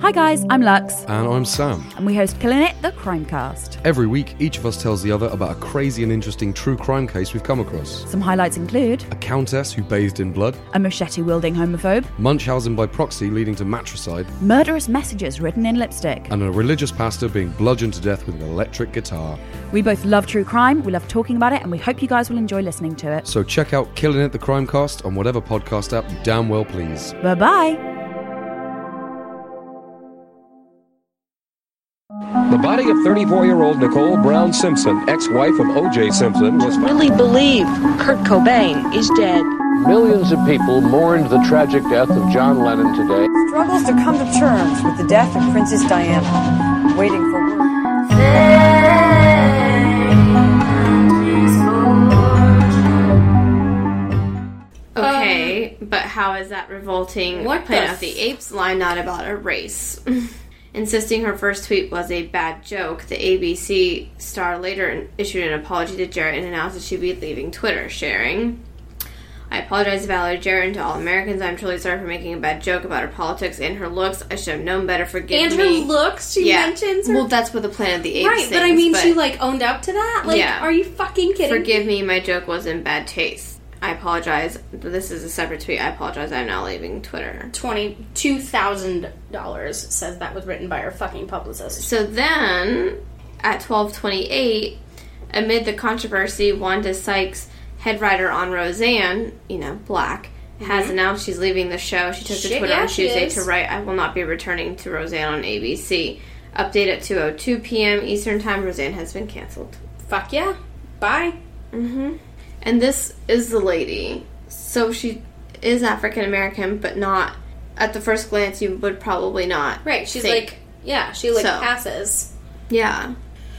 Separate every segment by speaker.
Speaker 1: Hi guys, I'm Lux,
Speaker 2: And I'm Sam.
Speaker 1: and we host Killing It, the Crimecast.
Speaker 2: Every week, each of us tells the other about a crazy and interesting true crime case we've come across.
Speaker 1: Some highlights include
Speaker 2: A countess who bathed in blood,
Speaker 1: a machete-wielding homophobe,
Speaker 2: Munchausen by proxy leading to matricide,
Speaker 1: murderous messages written in lipstick.
Speaker 2: and a religious pastor being bludgeoned to death with an electric guitar.
Speaker 1: We both love true crime, we love talking about it, and we hope you guys will enjoy listening to it.
Speaker 2: So check out Killing It the Crimecast on whatever podcast app you damn well please.
Speaker 1: Bye bye.
Speaker 3: The body of 34 year old Nicole Brown Simpson, ex wife of O.J. Simpson, was found.
Speaker 4: really believe Kurt Cobain is dead.
Speaker 5: Millions of people mourned the tragic death of John Lennon today.
Speaker 6: struggles to come to terms with the death of Princess Diana, waiting for word.
Speaker 7: Um,
Speaker 8: Okay, but how is that revolting? What Planet of the Apes line not about a race? Insisting her first tweet was a bad joke, the ABC star later issued an apology to Jarrett and announced that she'd be leaving Twitter, sharing. I apologize to Valerie Jarrett and to all Americans. I'm truly sorry for making a bad joke about her politics and her looks. I should have known better. Forgive
Speaker 7: and her
Speaker 8: me.
Speaker 7: looks she
Speaker 8: yeah.
Speaker 7: mentions her
Speaker 8: Well, that's what the Planet of the Apes.
Speaker 7: right but i
Speaker 8: sings,
Speaker 7: mean she like owned up to that like
Speaker 8: Yeah.
Speaker 7: are you fucking kidding
Speaker 8: Forgive me, my joke was in bad taste. I apologize. This is a separate tweet. I apologize. I'm now leaving Twitter.
Speaker 7: twenty-two thousand dollars says that was written by her fucking publicist
Speaker 8: So then, at 12:28, amid the controversy, Wanda Sykes, head writer on Roseanne, you know, Black, has announced she's leaving the show. She took to
Speaker 7: Mm-hmm. Shit,
Speaker 8: Twitter
Speaker 7: yeah,
Speaker 8: on
Speaker 7: she
Speaker 8: Tuesday
Speaker 7: is.
Speaker 8: to write, "I will not be returning to Roseanne on ABC." Update at 2:02 p.m. Eastern Time. Roseanne has been canceled.
Speaker 7: fuck yeah bye
Speaker 8: And this is the lady. So she is African American, but not at the first glance you would probably not.
Speaker 7: right she's
Speaker 8: think.
Speaker 7: like yeah she like
Speaker 8: So.
Speaker 7: passes
Speaker 8: yeah.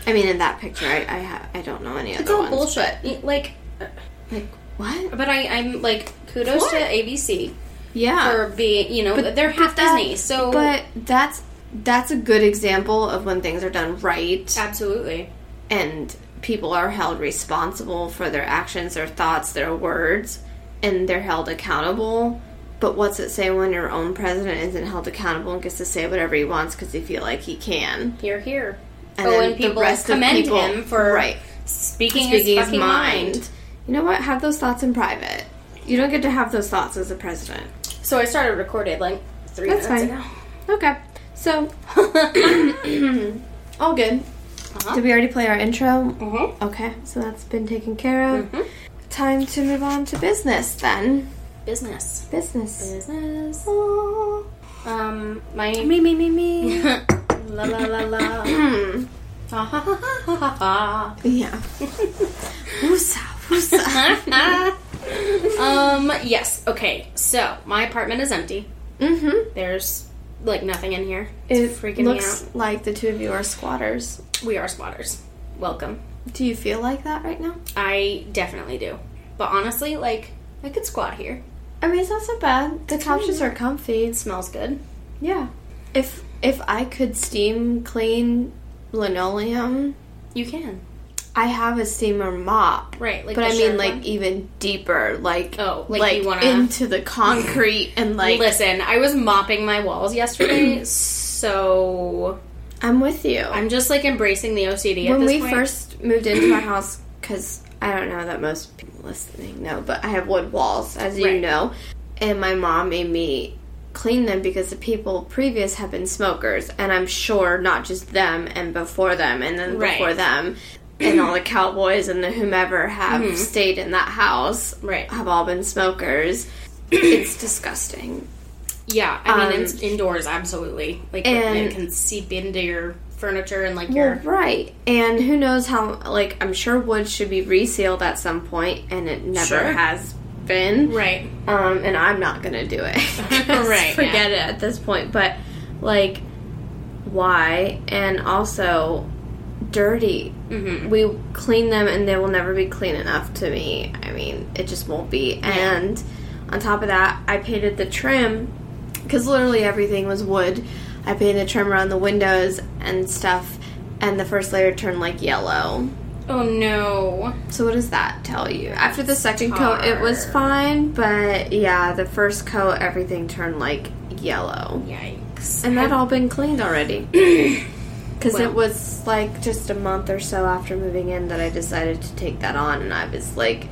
Speaker 8: I mean, in that picture, I I, ha- I don't know any
Speaker 7: it's
Speaker 8: other
Speaker 7: all
Speaker 8: ones,
Speaker 7: bullshit Y- like
Speaker 8: but, like what?
Speaker 7: but I, i'm like kudos
Speaker 8: What?
Speaker 7: to abc
Speaker 8: Yeah.
Speaker 7: for being you know they're half
Speaker 8: that-
Speaker 7: disney so
Speaker 8: but that's that's a good example of when things are done right
Speaker 7: absolutely
Speaker 8: and people are held responsible for their actions their thoughts their words and they're held accountable but what's it say when your own president isn't held accountable and gets to say whatever he wants because he feel like he can
Speaker 7: you're here
Speaker 8: and
Speaker 7: oh
Speaker 8: then
Speaker 7: and people
Speaker 8: the rest of
Speaker 7: commend
Speaker 8: people-
Speaker 7: him for
Speaker 8: right
Speaker 7: speaking,
Speaker 8: speaking
Speaker 7: his
Speaker 8: his
Speaker 7: fucking
Speaker 8: mind.
Speaker 7: mind
Speaker 8: you know what have those thoughts in private you don't get to have those thoughts as a president
Speaker 7: so i started recorded like three
Speaker 8: That's
Speaker 7: minutes
Speaker 8: fine.
Speaker 7: ago
Speaker 8: Okay, so all good.
Speaker 7: Uh-huh.
Speaker 8: Did we already play our intro?
Speaker 7: Mhm.
Speaker 8: Okay, so that's been taken care of.
Speaker 7: Mm-hmm.
Speaker 8: Time to move on to business then.
Speaker 7: business
Speaker 8: Business.
Speaker 7: business
Speaker 8: Oh.
Speaker 7: Um, my
Speaker 8: Me me me me.
Speaker 7: la la la la. Ha, ha, ha, ha, ha, ha.
Speaker 8: yeah. woosa woosa.
Speaker 7: um, yes. Okay. So my apartment is empty.
Speaker 8: mm-hmm.
Speaker 7: There's like nothing in here.
Speaker 8: It
Speaker 7: freaking me
Speaker 8: looks like the two of you are squatters.
Speaker 7: We are squatters. Welcome.
Speaker 8: Do you feel like that right now?
Speaker 7: I definitely do. But honestly, like I could squat here.
Speaker 8: I mean, it's not so bad. The couches are comfy.
Speaker 7: It smells good.
Speaker 8: Yeah. If if I could steam clean linoleum,
Speaker 7: You can.
Speaker 8: I have a steamer mop.
Speaker 7: Right. Like e-,
Speaker 8: But
Speaker 7: the
Speaker 8: I mean,
Speaker 7: sharp
Speaker 8: like
Speaker 7: one.
Speaker 8: even deeper, like
Speaker 7: Oh, like you wanna-
Speaker 8: into the concrete and like.
Speaker 7: Listen, I was mopping my walls yesterday, so
Speaker 8: I'm with you.
Speaker 7: I'm just like embracing the OCD. at
Speaker 8: when
Speaker 7: this
Speaker 8: we
Speaker 7: point.
Speaker 8: first moved into our house, because I don't know that most people listening know, but I have wood walls, as you
Speaker 7: Right.
Speaker 8: know, and my mom made me clean them because the people previous have been smokers, and I'm sure not just them and before them and then
Speaker 7: Right.
Speaker 8: before them. And all the cowboys and the whomever have stayed in that house
Speaker 7: Mm-hmm. Right.
Speaker 8: have all been smokers. it's disgusting.
Speaker 7: Yeah, I mean
Speaker 8: Um,
Speaker 7: it's indoors, absolutely. Like
Speaker 8: and-
Speaker 7: it can seep into your furniture and like
Speaker 8: Well,
Speaker 7: your
Speaker 8: right. And who knows how, like, I'm sure wood should be resealed at some point, and it never
Speaker 7: Sure.
Speaker 8: has been.
Speaker 7: right.
Speaker 8: Um, and I'm not going to do it. Just
Speaker 7: Right,
Speaker 8: Forget it at this point. But, like, why? And also, dirty.
Speaker 7: Mhm.
Speaker 8: We clean them, and they will never be clean enough to me. I mean, it just won't be. And on top of that, I painted the trim because literally everything was wood. I painted the trim around the windows and stuff, and the first layer turned like yellow.
Speaker 7: Oh no.
Speaker 8: So what does that tell you? After the second coat, it was fine, but yeah, the first coat, everything turned like yellow.
Speaker 7: Yikes. Netflix.
Speaker 8: And that all been cleaned already. Because it was like just a month or so after moving in that I decided to take that on, and I was like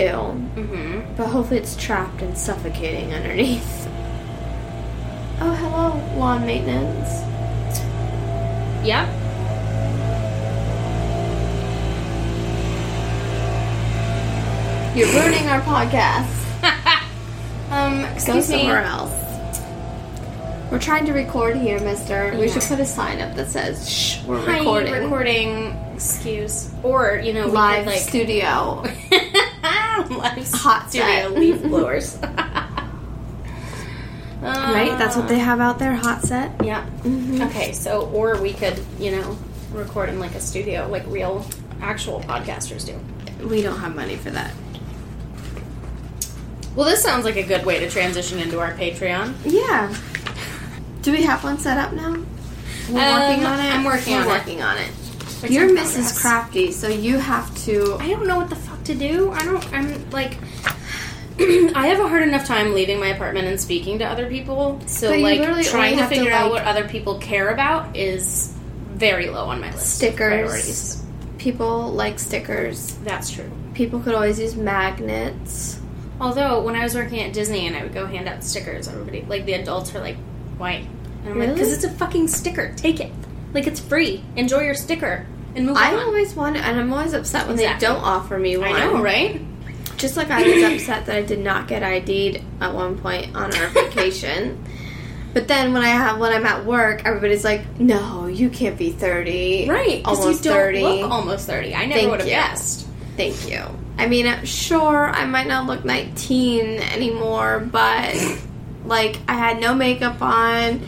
Speaker 8: ill. But hopefully it's trapped and suffocating underneath. Oh, hello, lawn maintenance.
Speaker 7: Yeah.
Speaker 8: You're ruining our podcast.
Speaker 7: Um,
Speaker 8: Go
Speaker 7: excuse me.
Speaker 8: somewhere else. We're trying to record here, mister. We should put a sign up that says, shh, we're
Speaker 7: Hi,
Speaker 8: recording.
Speaker 7: recording. Excuse. Or, you know, we
Speaker 8: Live
Speaker 7: could, like,
Speaker 8: studio.
Speaker 7: live
Speaker 8: Hot
Speaker 7: studio
Speaker 8: set.
Speaker 7: leaf blowers. Um,
Speaker 8: right? That's what they have out there, hot set.
Speaker 7: Yeah. Okay, so or we could, you know, record in like a studio, like real actual podcasters do.
Speaker 8: We don't have money for that.
Speaker 7: Well, this sounds like a good way to transition into our Patreon.
Speaker 8: Yeah. Do we have one set up now? We're
Speaker 7: Um,
Speaker 8: working on it.
Speaker 7: I'm working
Speaker 8: We're
Speaker 7: on it.
Speaker 8: working on it.
Speaker 7: It's
Speaker 8: You're
Speaker 7: in
Speaker 8: Mrs.
Speaker 7: progress.
Speaker 8: Crafty, so you have to.
Speaker 7: I don't know what the fuck to do. I don't. I'm like. I have a hard enough time leaving my apartment and speaking to other people. So
Speaker 8: But you
Speaker 7: like
Speaker 8: literally only
Speaker 7: trying to
Speaker 8: have to,
Speaker 7: figure out what
Speaker 8: like-
Speaker 7: other people care about is very low on my list. of priorities.
Speaker 8: Stickers. People like stickers.
Speaker 7: That's true.
Speaker 8: People could always use magnets.
Speaker 7: Although when I was working at Disney and I would go hand out stickers, everybody like the adults were like, "Why?" And I'm like,
Speaker 8: Really?
Speaker 7: "Because it's a fucking sticker. Take it. Like it's free. Enjoy your sticker and move
Speaker 8: I
Speaker 7: on."
Speaker 8: always want, and I'm always upset when
Speaker 7: Exactly.
Speaker 8: they don't offer me one.
Speaker 7: I know, right?
Speaker 8: Just like I was upset that I did not get ID'd at one point on our vacation. But then when I have when I'm at work, everybody's like, "No, you can't be 30,
Speaker 7: Right. 'cause
Speaker 8: Almost
Speaker 7: you don't
Speaker 8: 30.
Speaker 7: Look almost thirty. I never
Speaker 8: Thank
Speaker 7: would have
Speaker 8: you.
Speaker 7: guessed.
Speaker 8: Thank you. I mean, uh, sure, I might not look 19 anymore, but like I had no makeup on.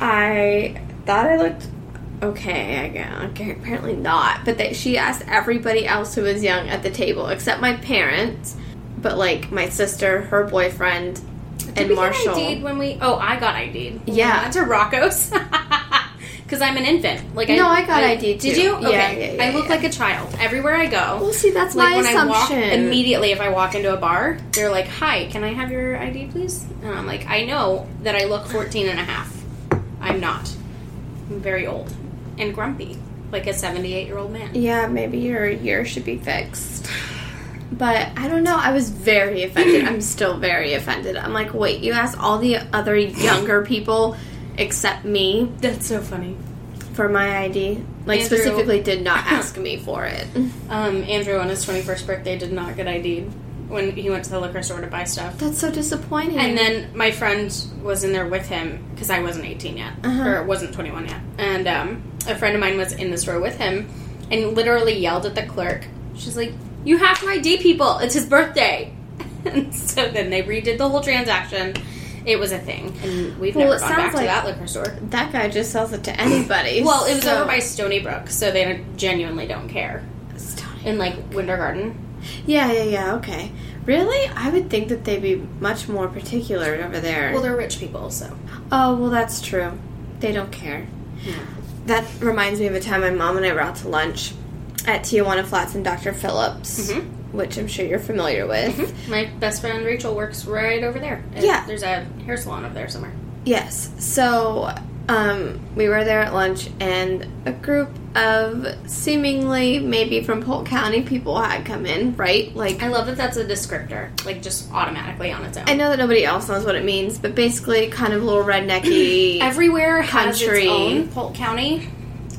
Speaker 8: I thought I looked okay. I guess okay, apparently not. But they, she asked everybody else who was young at the table except my parents, but like my sister, her boyfriend, and
Speaker 7: we
Speaker 8: Marshall.
Speaker 7: Get ID'd when we? Oh, I got ID'd. When
Speaker 8: Yeah.
Speaker 7: we went to Rocco's. Because I'm an infant. Like
Speaker 8: No, I got ID'd
Speaker 7: Did
Speaker 8: too.
Speaker 7: you?
Speaker 8: Yeah,
Speaker 7: Okay.
Speaker 8: yeah, yeah,
Speaker 7: I look
Speaker 8: yeah.
Speaker 7: like a child everywhere I go.
Speaker 8: Well, see, that's
Speaker 7: like
Speaker 8: my
Speaker 7: when
Speaker 8: assumption.
Speaker 7: I walk immediately if I walk into a bar, they're like, "Hi, can I have your ID, please?" And I'm like, "I know that I look 14 and a half. I'm not. I'm very old and grumpy, like a 78 year old man."
Speaker 8: Yeah, maybe your year should be fixed. But I don't know. I was very offended. I'm still very offended. I'm like, wait, you asked all the other younger people except me
Speaker 7: That's so funny.
Speaker 8: for my ID. Like,
Speaker 7: Andrew.
Speaker 8: specifically, did not ask me for it.
Speaker 7: Um, Andrew on his 21st birthday did not get ID'd when he went to the liquor store to buy stuff.
Speaker 8: That's so disappointing.
Speaker 7: And then my friend was in there with him because I wasn't 18 yet,
Speaker 8: Uh-huh.
Speaker 7: or wasn't 21 yet. And um, a friend of mine was in the store with him and literally yelled at the clerk. She's like, You have to ID people. It's his birthday. and so then they redid the whole transaction. It was a thing. And we've
Speaker 8: Well,
Speaker 7: never
Speaker 8: it
Speaker 7: gone
Speaker 8: sounds
Speaker 7: back
Speaker 8: like-
Speaker 7: to that liquor store.
Speaker 8: that guy just sells it to anybody.
Speaker 7: Well, it was
Speaker 8: so-
Speaker 7: over by Stony Brook, so they don't- genuinely don't care. In like Winter Garden.
Speaker 8: Yeah, yeah, yeah. Okay. Really? I would think that they'd be much more particular over there.
Speaker 7: Well, they're rich people, so.
Speaker 8: Oh, well, that's true. They don't care. That reminds me of a time my mom and I were out to lunch at Tijuana Flats and Dr. Phillips, which I'm sure you're familiar with.
Speaker 7: My best friend Rachel works right over there.
Speaker 8: Yeah.
Speaker 7: There's a hair salon over there somewhere.
Speaker 8: Yes. So um, we were there at lunch, and a group of seemingly maybe from Polk County people had come in, right? Like,
Speaker 7: I love that that's a descriptor, like just automatically on its own.
Speaker 8: I know that nobody else knows what it means, but basically, kind of a little rednecky.
Speaker 7: everywhere has
Speaker 8: Country.
Speaker 7: its own Polk County,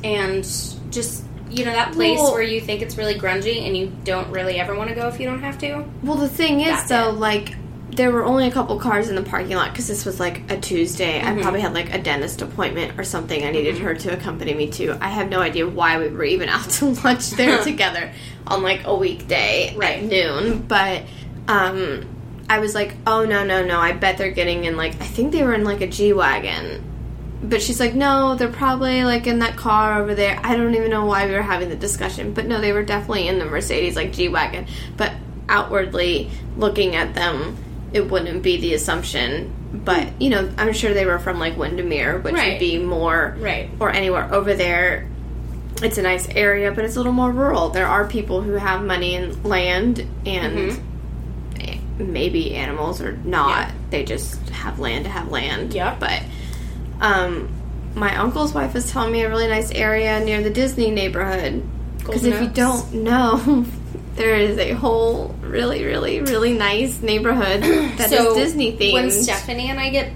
Speaker 7: and just you know that place
Speaker 8: Well-
Speaker 7: where you think it's really grungy and you don't really ever want to go if you don't have to.
Speaker 8: Well, the thing is,
Speaker 7: That's
Speaker 8: though,
Speaker 7: it.
Speaker 8: like there were only a couple cars in the parking lot because this was like a Tuesday. I probably had like a dentist appointment or something. I needed her to accompany me to. I have no idea why we were even out to lunch there together on like a weekday
Speaker 7: Right.
Speaker 8: at noon, but. um I was like, oh no, no, no, I bet they're getting in like, I think they were in like a G Wagon. But she's like, no, they're probably like in that car over there. I don't even know why we were having the discussion. But no, they were definitely in the Mercedes, like G Wagon. But outwardly looking at them, it wouldn't be the assumption. But, you know, I'm sure they were from like Windermere, which
Speaker 7: Right.
Speaker 8: would be more,
Speaker 7: Right.
Speaker 8: or anywhere over there. It's a nice area, but it's a little more rural. There are people who have money and land and
Speaker 7: Mm-hmm.
Speaker 8: maybe animals or not. They just have land to have land.
Speaker 7: Yep.
Speaker 8: But Um, my uncle's wife was telling me a really nice area near the Disney neighborhood. Because
Speaker 7: Golden
Speaker 8: if you
Speaker 7: Oaks?
Speaker 8: don't know, there is a whole really, really, really nice neighborhood that is Disney themed.
Speaker 7: When Stephanie and I get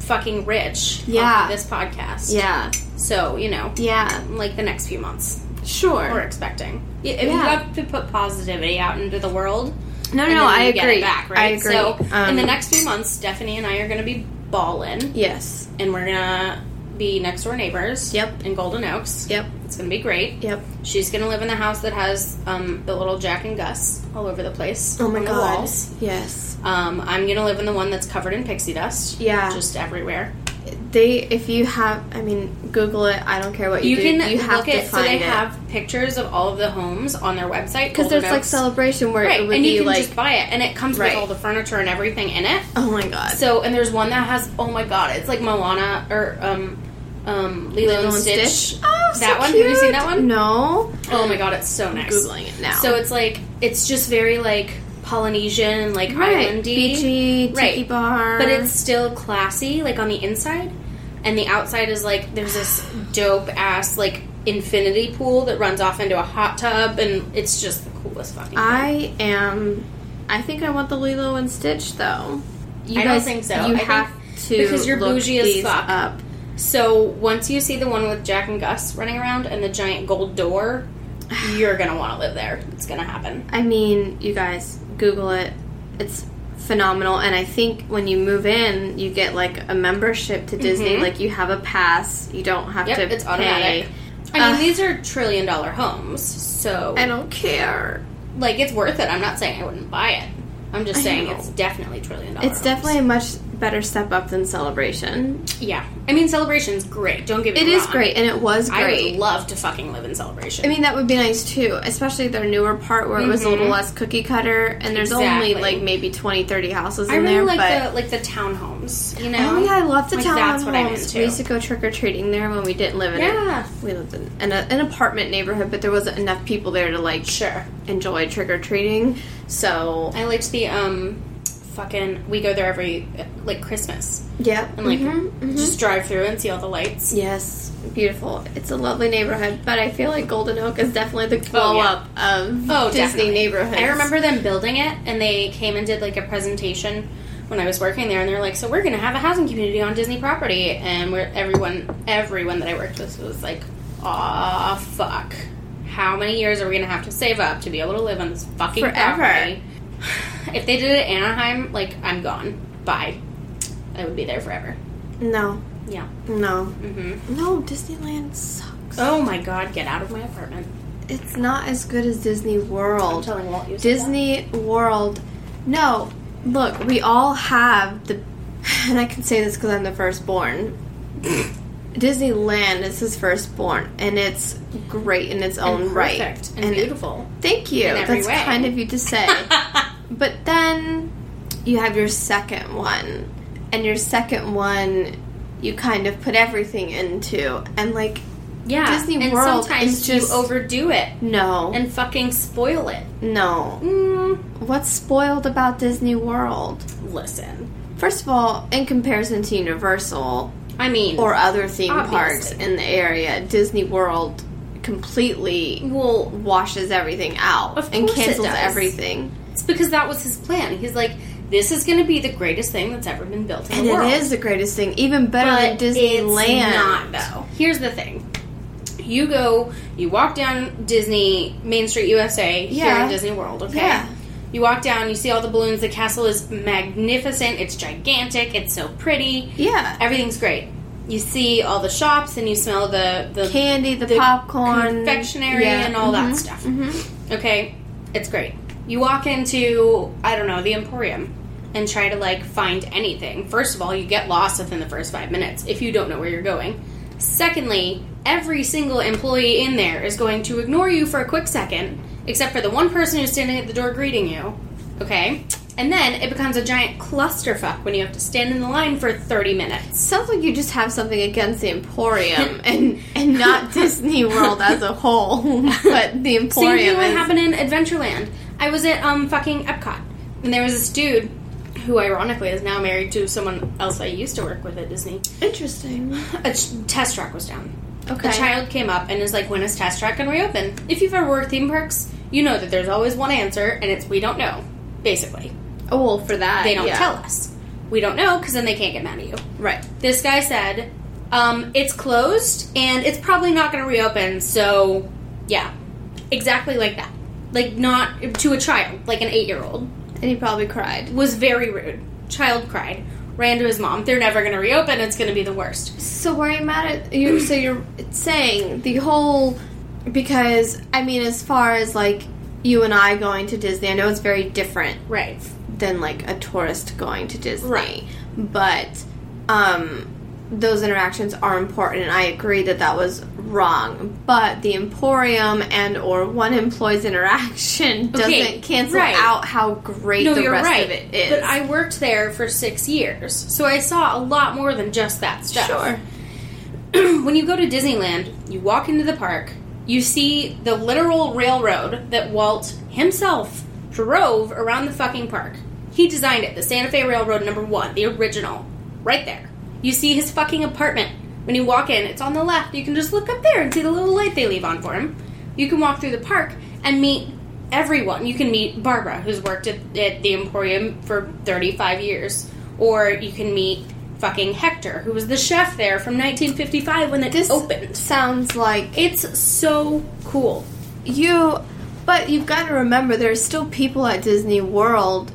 Speaker 7: fucking rich,
Speaker 8: Yeah.
Speaker 7: off of this podcast,
Speaker 8: yeah,
Speaker 7: So you know,
Speaker 8: yeah,
Speaker 7: like the next few months,
Speaker 8: sure.
Speaker 7: we're expecting. Yeah, if
Speaker 8: Yeah.
Speaker 7: you have to put positivity out into the world,
Speaker 8: No,
Speaker 7: and
Speaker 8: no,
Speaker 7: then
Speaker 8: I
Speaker 7: you get
Speaker 8: agree.
Speaker 7: it back, right?
Speaker 8: I agree.
Speaker 7: So in
Speaker 8: Um,
Speaker 7: the next few months, Stephanie and I are going to be balling,
Speaker 8: yes,
Speaker 7: and we're gonna be next door neighbors.
Speaker 8: Yep.
Speaker 7: in Golden Oaks.
Speaker 8: yep,
Speaker 7: it's gonna be great.
Speaker 8: yep.
Speaker 7: She's gonna live in the house that has um, the little Jack and Gus all over the place.
Speaker 8: Oh my
Speaker 7: on the
Speaker 8: god,
Speaker 7: walls.
Speaker 8: yes.
Speaker 7: Um, I'm gonna live in the one that's covered in pixie dust.
Speaker 8: Yeah.
Speaker 7: just everywhere.
Speaker 8: They, if you have, I mean, Google it. I don't care what you,
Speaker 7: You
Speaker 8: do.
Speaker 7: can
Speaker 8: you have
Speaker 7: look
Speaker 8: to
Speaker 7: at so
Speaker 8: find
Speaker 7: they
Speaker 8: it.
Speaker 7: have pictures of all of the homes on their website
Speaker 8: because
Speaker 7: Golden
Speaker 8: there's like
Speaker 7: Oaks.
Speaker 8: celebration where
Speaker 7: right,
Speaker 8: it would
Speaker 7: and
Speaker 8: be
Speaker 7: you can
Speaker 8: like,
Speaker 7: just buy it, and it comes
Speaker 8: Right.
Speaker 7: with all the furniture and everything in it.
Speaker 8: oh my god,
Speaker 7: So and there's one that has oh my god, it's like Moana or um um Lilo,
Speaker 8: Lilo
Speaker 7: and Stitch.
Speaker 8: Oh, so
Speaker 7: that one. Have you seen
Speaker 8: cute.
Speaker 7: that one?
Speaker 8: No,
Speaker 7: Oh my god, it's so nice.
Speaker 8: googling it now.
Speaker 7: So it's like it's just very like Polynesian, like
Speaker 8: right,
Speaker 7: islandy,
Speaker 8: beachy, tiki
Speaker 7: Right.
Speaker 8: bar,
Speaker 7: but it's still classy, like on the inside, and the outside is like there's this dope ass like infinity pool that runs off into a hot tub, and it's just the coolest fucking. thing.
Speaker 8: I am. I think I want the Lilo and Stitch though. You
Speaker 7: I don't
Speaker 8: guys,
Speaker 7: think so.
Speaker 8: You
Speaker 7: I
Speaker 8: have to
Speaker 7: because you're
Speaker 8: look
Speaker 7: bougie as
Speaker 8: these
Speaker 7: fuck.
Speaker 8: up.
Speaker 7: So once you see the one with Jack and Gus running around and the giant gold door, you're gonna want to live there. It's gonna happen.
Speaker 8: I mean, you guys Google it. It's phenomenal, and I think when you move in, you get like a membership to Disney. Like you have a pass. You don't have
Speaker 7: Mm-hmm. Yep,
Speaker 8: to.
Speaker 7: it's
Speaker 8: pay.
Speaker 7: automatic. I mean,
Speaker 8: Ugh.
Speaker 7: these are trillion dollar homes, so
Speaker 8: Uh, I don't care.
Speaker 7: like it's worth it. I'm not saying I wouldn't buy it. I'm just
Speaker 8: I
Speaker 7: saying
Speaker 8: know.
Speaker 7: it's definitely trillion dollar.
Speaker 8: It's definitely a much better step up than Celebration.
Speaker 7: yeah. I mean, celebration's great. Don't give me
Speaker 8: It is
Speaker 7: wrong.
Speaker 8: great, and it was
Speaker 7: I
Speaker 8: great.
Speaker 7: would love to fucking live in celebration.
Speaker 8: I mean, that would be nice too, especially their newer part where it was a little less cookie cutter, and there's
Speaker 7: Mm-hmm. Exactly.
Speaker 8: only like maybe 20, 30 houses in
Speaker 7: I really
Speaker 8: there.
Speaker 7: like
Speaker 8: but
Speaker 7: the like the townhomes. You know?
Speaker 8: oh yeah, I love the
Speaker 7: Like,
Speaker 8: town
Speaker 7: That's what I'm
Speaker 8: homes.
Speaker 7: into.
Speaker 8: We used to go trick or treating there when we didn't live in
Speaker 7: Yeah.
Speaker 8: it. We lived in an, an apartment neighborhood, but there wasn't enough people there to like
Speaker 7: sure.
Speaker 8: enjoy trick or treating. So
Speaker 7: I liked the um, fucking. We go there every like Christmas
Speaker 8: yeah,
Speaker 7: and like
Speaker 8: mhm, mhm.
Speaker 7: just drive through and see all the lights.
Speaker 8: yes, beautiful. It's a lovely neighborhood, but I feel like Golden Oak is definitely the glow
Speaker 7: Oh, yeah.
Speaker 8: up of
Speaker 7: Oh,
Speaker 8: Disney
Speaker 7: definitely.
Speaker 8: neighborhood.
Speaker 7: I remember them building it, and they came and did like a presentation when I was working there, and they're like, "So we're gonna have a housing community on Disney property," and we're everyone, everyone that I worked with was like, "Aw, fuck." How many years are we gonna have to save up to be able to live on this fucking
Speaker 8: Forever.
Speaker 7: property? If they did it at Anaheim, like I'm gone. Bye. I would be there forever.
Speaker 8: No,
Speaker 7: Yeah.
Speaker 8: no,
Speaker 7: Mm-hmm.
Speaker 8: no. Disneyland sucks.
Speaker 7: Oh my god, get out of my apartment.
Speaker 8: It's not as good as Disney
Speaker 7: I'm
Speaker 8: World.
Speaker 7: telling Walt you said
Speaker 8: Disney World. No, look, we all have the. And I can say this because I'm the firstborn. Disneyland is his firstborn, and it's great in its
Speaker 7: that.
Speaker 8: own
Speaker 7: And
Speaker 8: right.
Speaker 7: perfect and, beautiful.
Speaker 8: Thank you.
Speaker 7: in every
Speaker 8: That's
Speaker 7: way.
Speaker 8: kind of you to say. but then you have your second one, and your second one you kind of put everything into, and like,
Speaker 7: Yeah,
Speaker 8: Disney
Speaker 7: and
Speaker 8: World
Speaker 7: sometimes
Speaker 8: is just-
Speaker 7: you overdo it
Speaker 8: no,
Speaker 7: and fucking spoil it.
Speaker 8: no.
Speaker 7: Mm,
Speaker 8: What's spoiled about Disney World?
Speaker 7: listen,
Speaker 8: First of all, in comparison to Universal
Speaker 7: I mean,
Speaker 8: or other theme parks
Speaker 7: Obviously.
Speaker 8: in the area, Disney World completely
Speaker 7: well,
Speaker 8: washes everything out
Speaker 7: Of
Speaker 8: and
Speaker 7: course it
Speaker 8: cancels
Speaker 7: does.
Speaker 8: everything.
Speaker 7: it's because that was his plan. He's like, this is going to be the greatest thing that's ever been built in
Speaker 8: And
Speaker 7: the world.
Speaker 8: it is the greatest thing, even better
Speaker 7: but
Speaker 8: than Disneyland.
Speaker 7: It's not though. Here's the thing. You go, you walk down Disney Main Street USA here
Speaker 8: Yeah.
Speaker 7: in Disney World, okay?
Speaker 8: Yeah.
Speaker 7: You walk down, you see all the balloons, the castle is magnificent, it's gigantic, it's so pretty.
Speaker 8: Yeah.
Speaker 7: Everything's great. You see all the shops and you smell the, the
Speaker 8: Candy, the, popcorn,
Speaker 7: confectionery
Speaker 8: yeah,
Speaker 7: and all
Speaker 8: mhm.
Speaker 7: that stuff. Okay, it's great. You walk into I don't know the Emporium and try to like find anything. First of all, you get lost within the first five minutes if you don't know where you're going. Secondly, every single employee in there is going to ignore you for a quick second, except for the one person who's standing at the door greeting you. Okay. And then it becomes a giant clusterfuck when you have to stand in the line for 30 minutes.
Speaker 8: Sounds like you just have something against the Emporium and and not Disney World as a whole, but the
Speaker 7: Same
Speaker 8: Emporium.
Speaker 7: thing what
Speaker 8: is-
Speaker 7: happened in Adventureland. I was at um fucking Epcot, and there was this dude who ironically is now married to someone else I used to work with at Disney.
Speaker 8: Interesting.
Speaker 7: A ch- test track was down.
Speaker 8: Okay.
Speaker 7: A child came up and is like, "When is Test Track gonna reopen?" If you've ever worked theme parks, you know that there's always one answer, and it's "We don't know." Basically,
Speaker 8: Oh, well, for that
Speaker 7: they don't
Speaker 8: yeah.
Speaker 7: tell us. We don't know because then they can't get mad at you.
Speaker 8: Right.
Speaker 7: This guy said, um, "It's closed, and it's probably not gonna reopen." So, yeah, exactly like that. Like not to a child, like an eight-year-old
Speaker 8: And he probably cried.
Speaker 7: was very rude. Child cried, ran to his mom. They're never gonna reopen. It's gonna be the worst.
Speaker 8: So why are you mad at you? So you're saying the whole because I mean, as far as like you and I going to Disney, I know it's very different
Speaker 7: Right.
Speaker 8: than like a tourist going to Disney,
Speaker 7: Right.
Speaker 8: But um, those interactions are important, and I agree that that was wrong. But the Emporium and or one employee's interaction doesn't
Speaker 7: Okay,
Speaker 8: cancel
Speaker 7: right.
Speaker 8: out how great
Speaker 7: no,
Speaker 8: the
Speaker 7: you're
Speaker 8: rest
Speaker 7: right.
Speaker 8: of it is.
Speaker 7: But I worked there for six years, so I saw a lot more than just that stuff.
Speaker 8: Sure.
Speaker 7: when you go to Disneyland, you walk into the park, you see the literal railroad that Walt himself drove around the fucking park. He designed it, the Santa Fe Railroad number one, the original, right there. You see his fucking apartment. When you walk in, it's on the left. You can just look up there and see the little light they leave on for him. You can walk through the park and meet everyone. You can meet Barbara, who's worked at, at the Emporium for 35 years, or you can meet fucking Hector, who was the chef there from 1955 when it
Speaker 8: this
Speaker 7: opened.
Speaker 8: sounds like
Speaker 7: It's so cool.
Speaker 8: You, but you've got to remember there's still people at Disney World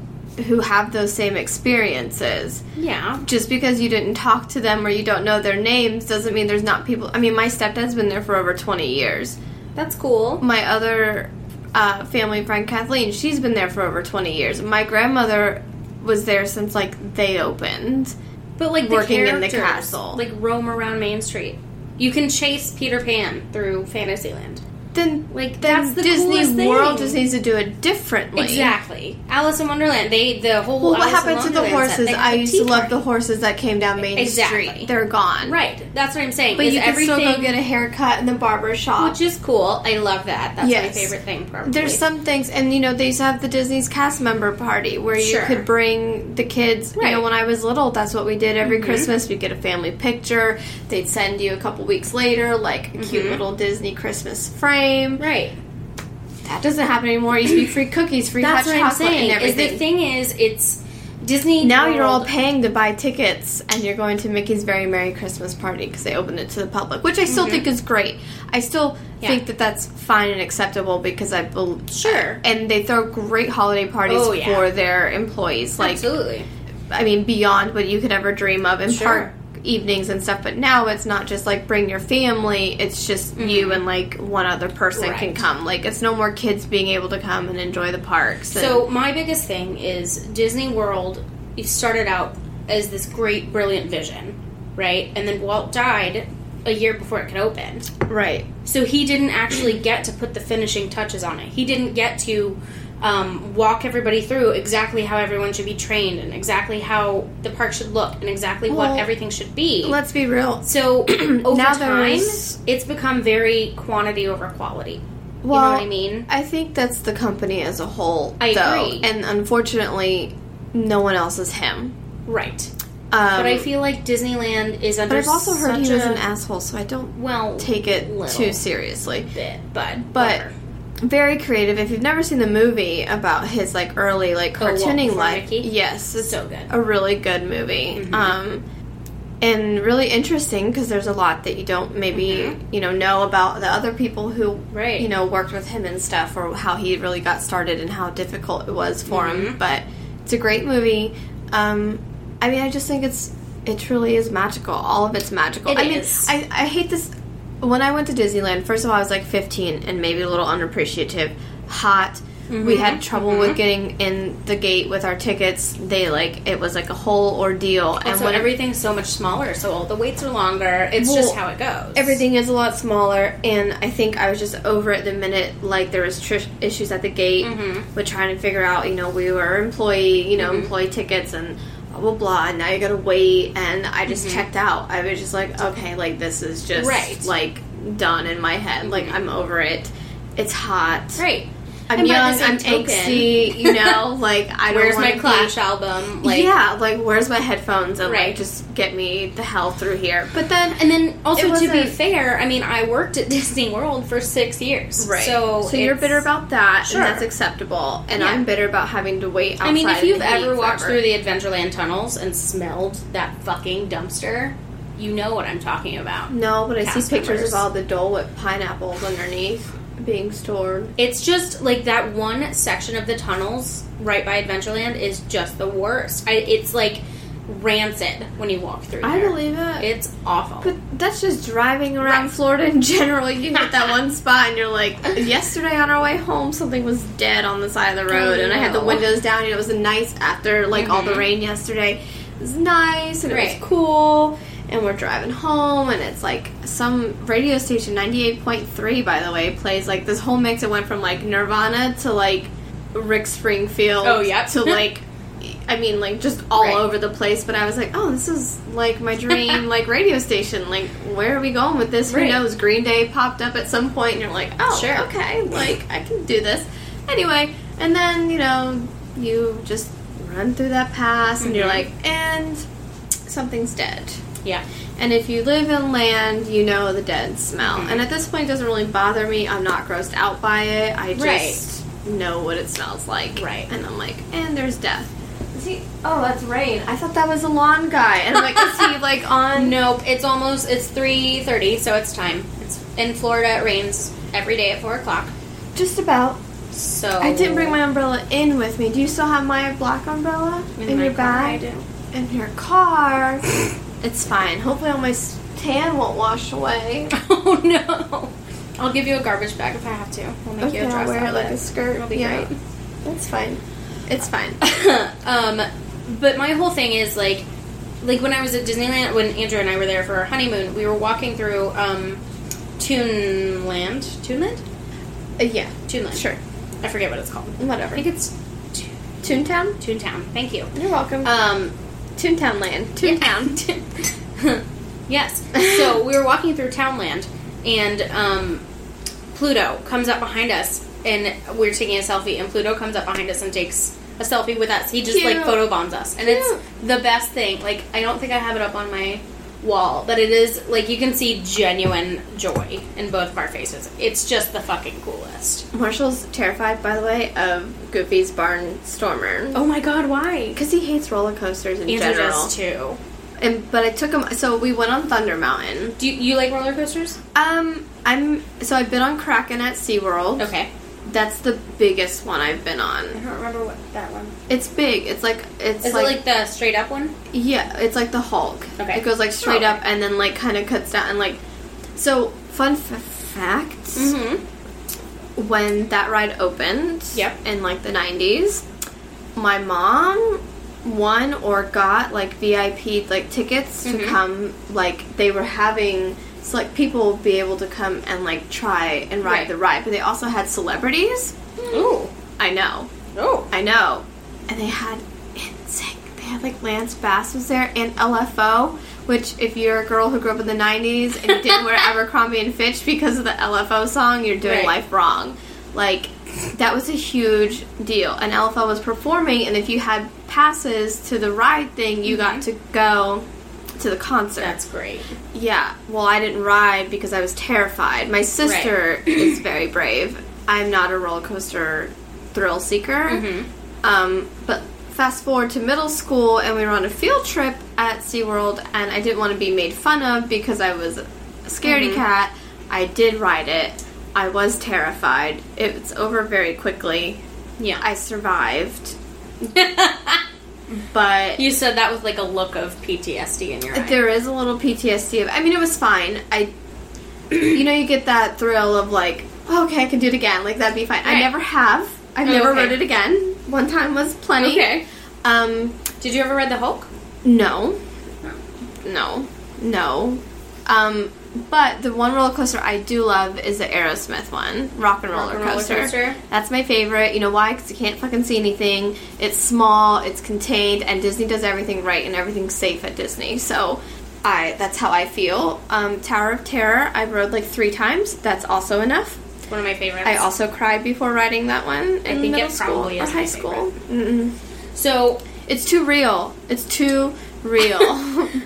Speaker 8: who have those same experiences.
Speaker 7: Yeah.
Speaker 8: Just because you didn't talk to them or you don't know their names doesn't mean there's not people. I mean, my stepdad's been there for over 20 years.
Speaker 7: That's cool.
Speaker 8: My other uh, family friend, Kathleen, she's been there for over 20 years. My grandmother was there since like they opened.
Speaker 7: But like the
Speaker 8: Working in the
Speaker 7: characters,
Speaker 8: castle.
Speaker 7: Like roam around Main Street. You can chase Peter Pan through Fantasyland.
Speaker 8: Then
Speaker 7: Like,
Speaker 8: then
Speaker 7: that's the
Speaker 8: Disney
Speaker 7: coolest
Speaker 8: World
Speaker 7: thing.
Speaker 8: just needs to do it differently.
Speaker 7: Exactly. Alice in Wonderland. They the whole
Speaker 8: Well, what
Speaker 7: Alice in
Speaker 8: happened to the
Speaker 7: Wonderland set,
Speaker 8: horses?
Speaker 7: they
Speaker 8: I
Speaker 7: had a
Speaker 8: used
Speaker 7: tea
Speaker 8: to love
Speaker 7: party.
Speaker 8: the horses that came down Main
Speaker 7: Exactly.
Speaker 8: Street. They're gone.
Speaker 7: Right. That's what I'm saying.
Speaker 8: But
Speaker 7: is
Speaker 8: you can
Speaker 7: everything
Speaker 8: still go get a haircut in the barber shop.
Speaker 7: which is cool. I love that. That's my
Speaker 8: Yes.
Speaker 7: favorite thing. Probably.
Speaker 8: There's some things, and you know, they used to have the Disney's cast member party where you
Speaker 7: Sure.
Speaker 8: could bring the kids. You
Speaker 7: Right. Mm-hmm.
Speaker 8: know, when I was little, that's what we did every Christmas. We'd get a family picture. They'd send you a couple weeks later, like a cute little Disney Christmas
Speaker 7: Mm-hmm.
Speaker 8: frame.
Speaker 7: right.
Speaker 8: That doesn't happen anymore. It used to be free cookies, free
Speaker 7: That's
Speaker 8: hot
Speaker 7: what I'm
Speaker 8: chocolate,
Speaker 7: saying.
Speaker 8: and
Speaker 7: Is
Speaker 8: everything.
Speaker 7: the thing is it's Disney.
Speaker 8: Now you're all
Speaker 7: World-
Speaker 8: paying to buy tickets and you're going to Mickey's Very Merry Christmas Party because they opened it to the public, which I still think is great. I still
Speaker 7: Mm-hmm. Yeah.
Speaker 8: think that that's fine and acceptable because I believe.
Speaker 7: Sure.
Speaker 8: And they throw great holiday parties
Speaker 7: Oh, yeah.
Speaker 8: for their employees. Like,
Speaker 7: Absolutely.
Speaker 8: I mean, beyond what you could ever dream of in
Speaker 7: Sure.
Speaker 8: park evenings and stuff. But now it's not just like bring your family, it's just
Speaker 7: Mm-hmm.
Speaker 8: you and like one other person can
Speaker 7: Right.
Speaker 8: come. Like, it's no more kids being able to come and enjoy the parks. and-
Speaker 7: So my biggest thing is Disney World it started out as this great, brilliant vision, right? And then Walt died a year before it could open.
Speaker 8: right.
Speaker 7: So he didn't actually get to put the finishing touches on it. He didn't get to um, walk everybody through exactly how everyone should be trained and exactly how the park should look and exactly
Speaker 8: Well,
Speaker 7: what everything should be.
Speaker 8: Let's be real.
Speaker 7: so over
Speaker 8: Now
Speaker 7: time,
Speaker 8: there's-
Speaker 7: it's become very quantity over quality.
Speaker 8: Well,
Speaker 7: you know what I mean?
Speaker 8: I think that's the company as a whole.
Speaker 7: I
Speaker 8: though.
Speaker 7: agree.
Speaker 8: And unfortunately, no one else is him.
Speaker 7: Right.
Speaker 8: Um,
Speaker 7: but I feel like Disneyland is under.
Speaker 8: but I've also heard
Speaker 7: such
Speaker 8: he was
Speaker 7: a-
Speaker 8: an asshole, so I don't
Speaker 7: Well,
Speaker 8: take it
Speaker 7: little
Speaker 8: too seriously.
Speaker 7: bit, but
Speaker 8: But
Speaker 7: whatever.
Speaker 8: very creative. If you've never seen the movie about his like early like
Speaker 7: Walt
Speaker 8: cartooning
Speaker 7: for
Speaker 8: life,
Speaker 7: Mickey?
Speaker 8: yes, it's
Speaker 7: So good. Mm-hmm.
Speaker 8: a really good movie. Um, and really interesting because there's a lot that you don't maybe you know know about the other people who
Speaker 7: Mm-hmm. Right.
Speaker 8: you know worked with him and stuff or how he really got started and how difficult it was for
Speaker 7: Mm-hmm.
Speaker 8: him. But it's a great movie. Um, I mean, I just think it's it truly is magical. All of it's magical.
Speaker 7: It
Speaker 8: I mean,
Speaker 7: is.
Speaker 8: I I hate this. When I went to Disneyland, first of all, I was like 15 and maybe a little unappreciative. Hot. We had trouble with getting in the gate with our tickets. They like it was like a whole ordeal. and
Speaker 7: also
Speaker 8: when
Speaker 7: everything's so much smaller, so all the waits are longer. It's
Speaker 8: Well,
Speaker 7: just how it goes.
Speaker 8: everything is a lot smaller and i think i was just over it the minute like there was tr- issues at the gate
Speaker 7: Mm-hmm.
Speaker 8: with trying to figure out you know we were employee you know employee tickets and blah blah blah and now you gotta wait and i just checked out i was just like okay like this is just
Speaker 7: Mm-hmm. Right. Mm-hmm.
Speaker 8: like done in my head like i'm over it it's hot
Speaker 7: Right.
Speaker 8: I'm
Speaker 7: And by
Speaker 8: young,
Speaker 7: the same
Speaker 8: I'm
Speaker 7: token-
Speaker 8: angsty, you know, like I don't
Speaker 7: Where's
Speaker 8: wanna
Speaker 7: my
Speaker 8: be-
Speaker 7: Clash album? Like,
Speaker 8: yeah, like where's my headphones and
Speaker 7: Right.
Speaker 8: like just get me the hell through here.
Speaker 7: But then, and then also
Speaker 8: It
Speaker 7: to be
Speaker 8: wasn't-
Speaker 7: fair, I mean, I worked at Disney World for six years,
Speaker 8: So,
Speaker 7: So,
Speaker 8: you're
Speaker 7: it's-
Speaker 8: bitter about that,
Speaker 7: Sure.
Speaker 8: and that's acceptable. And
Speaker 7: Yeah.
Speaker 8: I'm bitter about having to wait. Outside
Speaker 7: I mean, if
Speaker 8: in
Speaker 7: you've
Speaker 8: the heat
Speaker 7: ever walked
Speaker 8: forever.
Speaker 7: through the Adventureland tunnels and smelled that fucking dumpster, you know what I'm talking about.
Speaker 8: no, but I
Speaker 7: cast
Speaker 8: see pictures
Speaker 7: members.
Speaker 8: of all the Dole Whip pineapples underneath being stored.
Speaker 7: It's just like that one section of the tunnels right by Adventureland is just the worst. I, it's like rancid when you walk through.
Speaker 8: I
Speaker 7: there.
Speaker 8: believe it.
Speaker 7: It's awful.
Speaker 8: But that's just driving around Florida in general. You hit that one spot and you're like, yesterday on our way home, something was dead on the side of the road, and I had the
Speaker 7: no.
Speaker 8: windows down, and it was nice after like all the rain yesterday. It was nice and it
Speaker 7: Mm-hmm. Right.
Speaker 8: was cool, and we're driving home, and it's like some radio station, 98.3, by the way, plays like this whole mix. It went from like Nirvana to like Rick Springfield
Speaker 7: Oh, yep.
Speaker 8: to like I mean, like just all
Speaker 7: Right.
Speaker 8: over the place. But I was like, oh, this is like my dream, like radio station. Like, where are we going with this?
Speaker 7: Right.
Speaker 8: Who knows? Green Day popped up at some point, and you're like, oh,
Speaker 7: Sure.
Speaker 8: okay, like I can do this. Anyway, and then you know, you just run through that pass, and you're
Speaker 7: Mhm.
Speaker 8: like, and something's dead.
Speaker 7: yeah,
Speaker 8: And if you live in land, you know the dead smell. And at this point, it doesn't really bother me. I'm not grossed out by it. I just know what it smells like.
Speaker 7: Right.
Speaker 8: And I'm like, and there's death. Is he? Oh, that's rain. I thought that was a lawn guy. And I'm like, is he like on?
Speaker 7: nope. It's almost it's three thirty, so it's time. It's in Florida. It rains every day at four o'clock.
Speaker 8: Just about.
Speaker 7: So
Speaker 8: I didn't bring my umbrella in with me. Do you still have my black umbrella in,
Speaker 7: my
Speaker 8: your
Speaker 7: car, I
Speaker 8: bag?
Speaker 7: do.
Speaker 8: In your car. it's fine. Hopefully, all my s- tan won't wash away.
Speaker 7: Oh no! I'll give you a garbage bag if I have to. We'll make
Speaker 8: Okay,
Speaker 7: you a
Speaker 8: I'll
Speaker 7: dress
Speaker 8: wear it
Speaker 7: out
Speaker 8: like
Speaker 7: of
Speaker 8: a skirt.
Speaker 7: It'll be
Speaker 8: yeah.
Speaker 7: great.
Speaker 8: It's fine. It's fine. Uh,
Speaker 7: um, but my whole thing is like, like when I was at Disneyland, when Andrew and I were there for our honeymoon, we were walking through um, Toonland, Toonland,
Speaker 8: Uh, yeah,
Speaker 7: Toonland.
Speaker 8: Sure.
Speaker 7: I forget what it's called. I
Speaker 8: whatever.
Speaker 7: think it's To-
Speaker 8: Toontown?
Speaker 7: Toontown. Thank you.
Speaker 8: You're welcome.
Speaker 7: Um,
Speaker 8: Toontown Land.
Speaker 7: Toontown. yes. So we were walking through Townland, and um, Pluto comes up behind us, and we're taking a selfie, and Pluto comes up behind us and takes a selfie with us. He just like
Speaker 8: Cute.
Speaker 7: photobombs us, and
Speaker 8: Cute.
Speaker 7: it's the best thing. Like I don't think I have it up on my wall, but it is like you can see genuine joy in both of our faces. It's just the fucking coolest.
Speaker 8: Marshall's terrified, by the way, of Goofy's barnstormer.
Speaker 7: Oh my god, why?
Speaker 8: Because he hates roller coasters in
Speaker 7: Andrew
Speaker 8: general.
Speaker 7: does too.
Speaker 8: And but I took him. So we went on Thunder Mountain.
Speaker 7: Do you, you like roller coasters?
Speaker 8: Um, I'm so I've been on Kraken at SeaWorld.
Speaker 7: Okay.
Speaker 8: that's the biggest one I've been
Speaker 7: I
Speaker 8: on.
Speaker 7: don't remember what that one.
Speaker 8: It's big. It's like it's
Speaker 7: Is
Speaker 8: like,
Speaker 7: it like the straight up one?
Speaker 8: Yeah, it's like the Hulk.
Speaker 7: Okay.
Speaker 8: It goes like straight
Speaker 7: Oh.
Speaker 8: up and then like kind of cuts down and like. So fun f- facts.
Speaker 7: Mm-hmm.
Speaker 8: When that ride opened.
Speaker 7: Yep.
Speaker 8: In like the nineties, my mom won or got like VIP like tickets
Speaker 7: Mm-hmm.
Speaker 8: to come. Like they were having select people be able to come and like try and ride
Speaker 7: Right.
Speaker 8: the ride, but they also had celebrities.
Speaker 7: Ooh.
Speaker 8: I know.
Speaker 7: Oh.
Speaker 8: I know. And they had NSYNC. They had like Lance Bass was there and LFO, which if you're a girl who grew up in the '90s and you didn't wear Abercrombie and Fitch because of the LFO song, you're doing
Speaker 7: Right.
Speaker 8: life wrong. Like that was a huge deal. And LFO was performing, and if you had passes to the ride thing, you got to go to the concert.
Speaker 7: Mm-hmm. That's great.
Speaker 8: Yeah. Well, I didn't ride because I was terrified. My sister is very brave. I'm not a roller coaster thrill seeker. Um, but fast forward to middle school, and we were on a field trip at SeaWorld, and I didn't want to be made fun of because I was a scaredy cat. I did ride it. I was terrified. It's over very quickly.
Speaker 7: Yeah.
Speaker 8: I survived. but
Speaker 7: you said that with like a look of PTSD in your eye.
Speaker 8: there is a little PTSD of. I mean, it was fine. I, you know, you get that thrill of like, oh, okay, I can do it again. Like that'd be fine. I
Speaker 7: Right.
Speaker 8: never have. I've
Speaker 7: Oh,
Speaker 8: never
Speaker 7: okay.
Speaker 8: read it again. One time was plenty.
Speaker 7: Okay.
Speaker 8: Um,
Speaker 7: Did you ever read The Hulk?
Speaker 8: no, no, no. Um, but the one roller coaster I do love is the Aerosmith one, Rock and Roller,
Speaker 7: Rock and Roller
Speaker 8: coaster.
Speaker 7: Coaster.
Speaker 8: That's my favorite. You know why? Because you can't fucking see anything. It's small. It's contained, and Disney does everything right and everything's safe at Disney. So, I that's how I feel. Um, Tower of Terror, I rode like three times. That's also enough.
Speaker 7: It's one of my favorites.
Speaker 8: I also cried before writing that one. In I think
Speaker 7: think
Speaker 8: middle
Speaker 7: it
Speaker 8: school
Speaker 7: probably is
Speaker 8: or
Speaker 7: my
Speaker 8: high school.
Speaker 7: so
Speaker 8: It's too real. It's too real.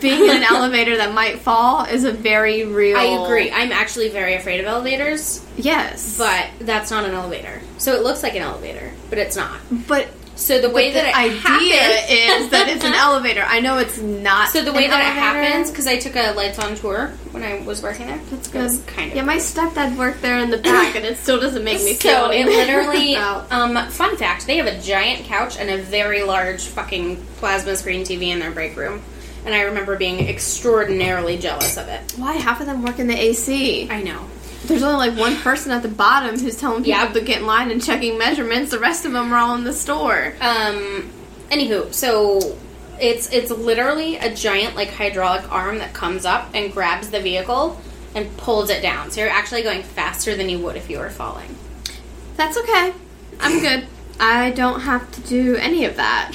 Speaker 8: Being in an elevator that might fall is a very real.
Speaker 7: I agree. I'm actually very afraid of elevators,
Speaker 8: Yes,
Speaker 7: but that's not an elevator. So it looks like an elevator, but it's not.
Speaker 8: but
Speaker 7: So the way
Speaker 8: the
Speaker 7: that it
Speaker 8: idea
Speaker 7: happens-
Speaker 8: is that it's an elevator. I know it's not.
Speaker 7: So the way
Speaker 8: an
Speaker 7: that it
Speaker 8: elevator.
Speaker 7: happens, because I took a lights on tour when I was working there. That's It was kind of
Speaker 8: Yeah, my stepdad worked there in the back, and it still doesn't make me feel.
Speaker 7: so it
Speaker 8: any better
Speaker 7: literally
Speaker 8: about-
Speaker 7: um fun fact they have a giant couch and a very large fucking plasma screen tv in their break room and i remember being extraordinarily jealous of it
Speaker 8: Why half of them work in the AC?
Speaker 7: i know
Speaker 8: There's only like one person at the bottom who's telling people
Speaker 7: Yeah.
Speaker 8: to get in line and checking measurements. The rest of them are all in the store.
Speaker 7: um anywho so it's it's literally a giant like hydraulic arm that comes up and grabs the vehicle and pulls it down so you're actually going faster than you would if you were falling
Speaker 8: That's okay. I'm good. I don't have to do any of that.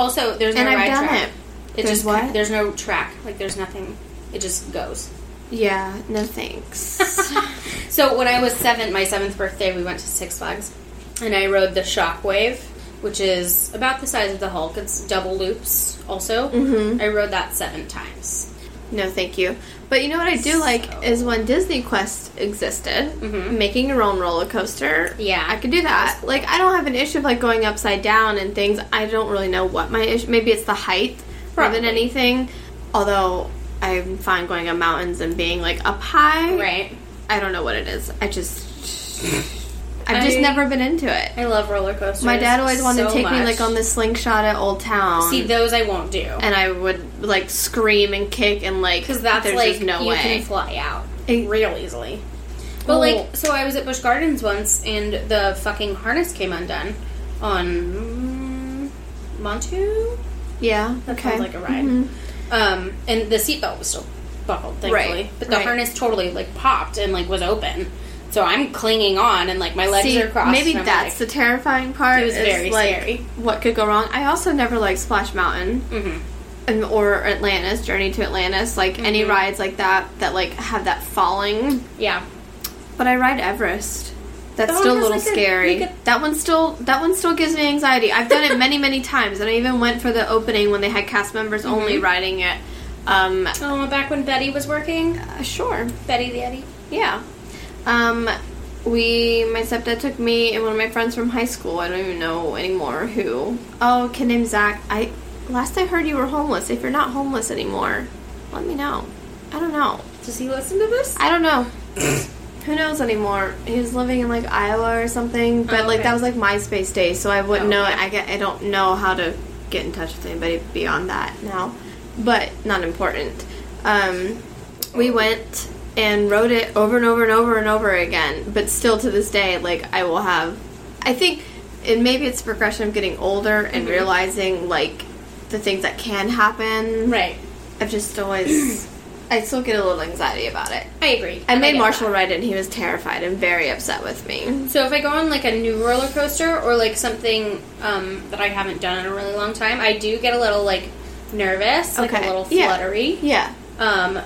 Speaker 7: also there's no
Speaker 8: And I've
Speaker 7: ride
Speaker 8: done
Speaker 7: track
Speaker 8: it.
Speaker 7: it
Speaker 8: There's
Speaker 7: just
Speaker 8: what?
Speaker 7: there's no track like there's nothing it just goes
Speaker 8: Yeah, no thanks.
Speaker 7: So when I was seven, my seventh birthday, we went to Six Flags, and I rode the Shockwave, which is about the size of the Hulk. It's double loops. Also,
Speaker 8: Mm-hmm.
Speaker 7: I rode that seven times.
Speaker 8: no, thank you. But you know what I do like is when Disney Quest existed, making your own roller coaster.
Speaker 7: Mm-hmm. Yeah.
Speaker 8: I could do that. Like, I don't have an issue of like going upside down and things. I don't really know what my issue. Maybe it's the height more
Speaker 7: Probably.
Speaker 8: than anything. Although I'm fine going on mountains and being like up high.
Speaker 7: Right.
Speaker 8: I don't know what it is. I just, I've just
Speaker 7: I-
Speaker 8: never been into it.
Speaker 7: I love roller coasters.
Speaker 8: My dad always wanted
Speaker 7: so
Speaker 8: to take me
Speaker 7: much.
Speaker 8: like on the slingshot at Old Town.
Speaker 7: See, those I won't do
Speaker 8: and I would like scream and kick and like
Speaker 7: because that's
Speaker 8: there's
Speaker 7: like
Speaker 8: just no
Speaker 7: you
Speaker 8: way.
Speaker 7: can fly out
Speaker 8: It-
Speaker 7: real easily. But
Speaker 8: Well-
Speaker 7: like, so I was at Busch Gardens once, and the fucking harness came undone on mm, Montu.
Speaker 8: yeah.
Speaker 7: That
Speaker 8: okay. Mm-hmm.
Speaker 7: sounds like a ride. Um, and the seatbelt was still buckled, thankfully.
Speaker 8: Right,
Speaker 7: But the
Speaker 8: right.
Speaker 7: harness totally like popped and like was open. So I'm clinging on and like my legs
Speaker 8: See,
Speaker 7: are crossed.
Speaker 8: maybe
Speaker 7: and I'm like,
Speaker 8: that's the terrifying part.
Speaker 7: It was
Speaker 8: is,
Speaker 7: very
Speaker 8: like,
Speaker 7: scary. Mm-hmm.
Speaker 8: What could go wrong? I also never liked Splash Mountain. And, or Atlantis, Journey to Atlantis, like any
Speaker 7: Mm-hmm.
Speaker 8: rides like that that like have that falling.
Speaker 7: yeah.
Speaker 8: But I ride Everest. That's
Speaker 7: That
Speaker 8: still a
Speaker 7: one has,
Speaker 8: little
Speaker 7: like, a-
Speaker 8: scary.
Speaker 7: like a-
Speaker 8: that one still that one still gives me anxiety. I've done it many many times, and I even went for the opening when they had cast members
Speaker 7: Mm-hmm.
Speaker 8: only riding it. Um,
Speaker 7: Oh, back when Betty was working,
Speaker 8: uh, sure,
Speaker 7: Betty the Eddie.
Speaker 8: yeah. Um, we my stepdad took me and one of my friends from high school. I don't even know anymore who. Oh, kid named Zach. I last I heard you were homeless. If you're not homeless anymore, let me know. I don't know.
Speaker 7: Does he listen to this?
Speaker 8: I don't know. Who knows anymore? He was living in like Iowa or something, but
Speaker 7: Oh,
Speaker 8: like
Speaker 7: okay.
Speaker 8: that was like MySpace days, so I wouldn't
Speaker 7: Oh,
Speaker 8: know.
Speaker 7: yeah.
Speaker 8: I get, I don't know how to get in touch with anybody beyond that now, but not important. Um, we went and wrote it over and over and over and over again, but still to this day, like I will have. I think, and maybe it's a progression of getting older and
Speaker 7: Mm-hmm.
Speaker 8: realizing like the things that can happen.
Speaker 7: Right.
Speaker 8: I've just always, I still get a little anxiety about it.
Speaker 7: I agree.
Speaker 8: I made
Speaker 7: get
Speaker 8: Marshall
Speaker 7: that.
Speaker 8: ride it, and he was terrified and very upset with me.
Speaker 7: So if I go on like a new roller coaster or like something um, that I haven't done in a really long time, I do get a little like nervous, like
Speaker 8: Okay.
Speaker 7: a little
Speaker 8: Yeah.
Speaker 7: fluttery.
Speaker 8: Yeah.
Speaker 7: Um,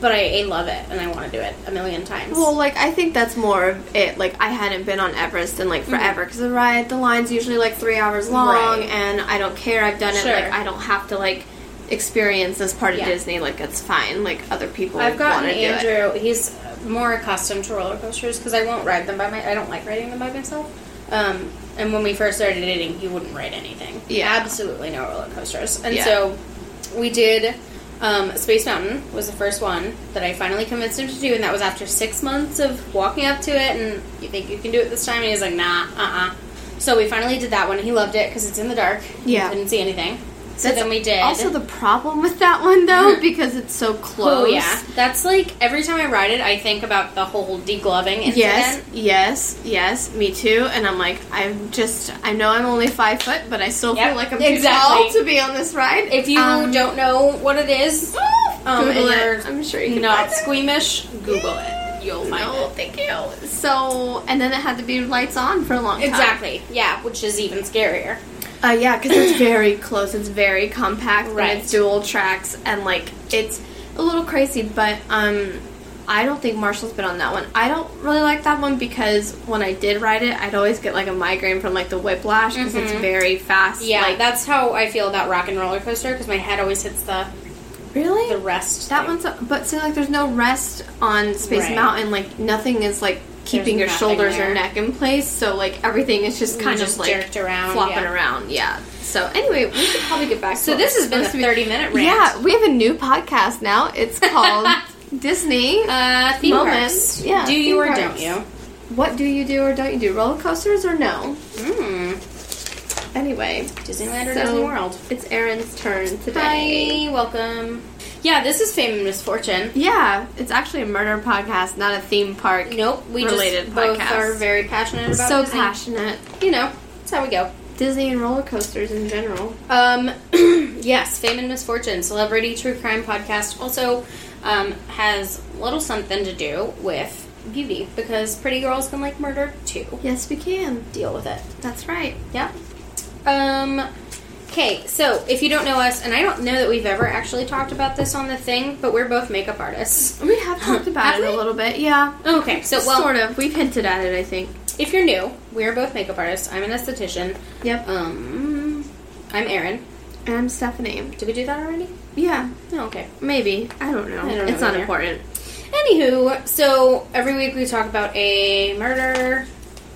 Speaker 7: but I, I love it and I want to do it a million times.
Speaker 8: Well, like I think that's more of it. Like I hadn't been on Everest in like forever because the ride, the line's usually like three hours long,
Speaker 7: Mm-hmm. Right.
Speaker 8: and I don't care. I've done
Speaker 7: Sure.
Speaker 8: it. Like I don't have to like experience this part of
Speaker 7: Yeah.
Speaker 8: Disney. Like it's fine. Like other people
Speaker 7: I've
Speaker 8: want
Speaker 7: gotten
Speaker 8: to do it.
Speaker 7: Andrew. He's more accustomed to roller coasters because I won't ride them by my. I don't like riding them by myself. Um, and when we first started dating, he wouldn't ride anything.
Speaker 8: Yeah.
Speaker 7: absolutely no roller coasters. And
Speaker 8: Yeah.
Speaker 7: so we did. Um, Space Mountain was the first one that I finally convinced him to do, and that was after six months of walking up to it and you think you can do it this time, and he's like, nah, uh uh So we finally did that one. He loved it because it's in the dark. he
Speaker 8: Yeah.
Speaker 7: couldn't see anything. So
Speaker 8: That's
Speaker 7: then we did.
Speaker 8: Also, the problem with that one though, because it's so close.
Speaker 7: Oh yeah, that's like every time I ride it, I think about the whole degloving incident.
Speaker 8: Yes, yes, yes, me too. And I'm like, I'm just, I know I'm only five foot, but I still
Speaker 7: Yep,
Speaker 8: feel like I'm
Speaker 7: exactly.
Speaker 8: too tall to be on this ride.
Speaker 7: If you
Speaker 8: Um,
Speaker 7: don't know what it is, um,
Speaker 8: Google
Speaker 7: and
Speaker 8: it.
Speaker 7: you're
Speaker 8: I'm sure you can
Speaker 7: not
Speaker 8: find it.
Speaker 7: squeamish, Google it. You'll find
Speaker 8: no,
Speaker 7: it.
Speaker 8: thank you. So, and then it had to be lights on for a long time.
Speaker 7: Exactly. Yeah, which is even scarier.
Speaker 8: Uh, yeah, because it's very close. It's very compact,
Speaker 7: Right.
Speaker 8: and it's dual tracks, and like it's a little crazy. But um, I don't think Marshall's been on that one. I don't really like that one because when I did ride it, I'd always get like a migraine from like the whiplash because it's very fast.
Speaker 7: Mm-hmm. Yeah,
Speaker 8: like,
Speaker 7: that's how I feel about Rock and Roller Coaster because my head always hits the
Speaker 8: really
Speaker 7: the rest.
Speaker 8: That
Speaker 7: thing.
Speaker 8: one's, but see, like, there's no rest on Space
Speaker 7: Right.
Speaker 8: Mountain. Like, nothing is like keeping your
Speaker 7: There's nothing
Speaker 8: shoulders
Speaker 7: there.
Speaker 8: or neck in place. So, like, everything is just
Speaker 7: You
Speaker 8: kind
Speaker 7: just
Speaker 8: of like
Speaker 7: jerked around,
Speaker 8: flopping
Speaker 7: yeah.
Speaker 8: around. Yeah. So, anyway, we should probably get back. to
Speaker 7: So
Speaker 8: what
Speaker 7: this
Speaker 8: we're
Speaker 7: has been a
Speaker 8: supposed to be-
Speaker 7: thirty-minute rant.
Speaker 8: Yeah, we have a new podcast now. It's called Disney.
Speaker 7: Uh, theme
Speaker 8: Moments.
Speaker 7: parks.
Speaker 8: Yeah,
Speaker 7: Do you
Speaker 8: theme
Speaker 7: or
Speaker 8: parks.
Speaker 7: don't you?
Speaker 8: what do you do or don't you do? Roller coasters or no?
Speaker 7: Mm.
Speaker 8: Anyway,
Speaker 7: Disneyland or
Speaker 8: So-
Speaker 7: Disney World?
Speaker 8: it's Aaron's turn today.
Speaker 7: Hi, welcome. Yeah, this is Fame and Misfortune.
Speaker 8: Yeah, it's actually a murder podcast, not a theme park.
Speaker 7: Nope, we
Speaker 8: Related
Speaker 7: just both
Speaker 8: podcast.
Speaker 7: are very passionate about
Speaker 8: so
Speaker 7: Disney.
Speaker 8: passionate.
Speaker 7: You know, that's how we go.
Speaker 8: Disney and roller coasters in general.
Speaker 7: Um, yes, Fame and Misfortune, celebrity true crime podcast, also um, has little something to do with beauty because pretty girls can like murder too.
Speaker 8: Yes, we can.
Speaker 7: Deal with it.
Speaker 8: That's right.
Speaker 7: Yeah. Um. Okay, so if you don't know us, and I don't know that we've ever actually talked about this on the thing, but we're both makeup artists.
Speaker 8: We have talked about
Speaker 7: Have
Speaker 8: it
Speaker 7: we?
Speaker 8: a little bit. Yeah.
Speaker 7: Okay, so well,
Speaker 8: sort of. We've hinted at it, I think.
Speaker 7: if you're new, we're both makeup artists. I'm an esthetician.
Speaker 8: Yep.
Speaker 7: Um, I'm Erin.
Speaker 8: and I'm Stephanie.
Speaker 7: Did we do that already?
Speaker 8: Yeah.
Speaker 7: No, okay.
Speaker 8: Maybe. I don't know.
Speaker 7: I don't
Speaker 8: it's
Speaker 7: know
Speaker 8: not
Speaker 7: either.
Speaker 8: important.
Speaker 7: Anywho, so every week we talk about a murder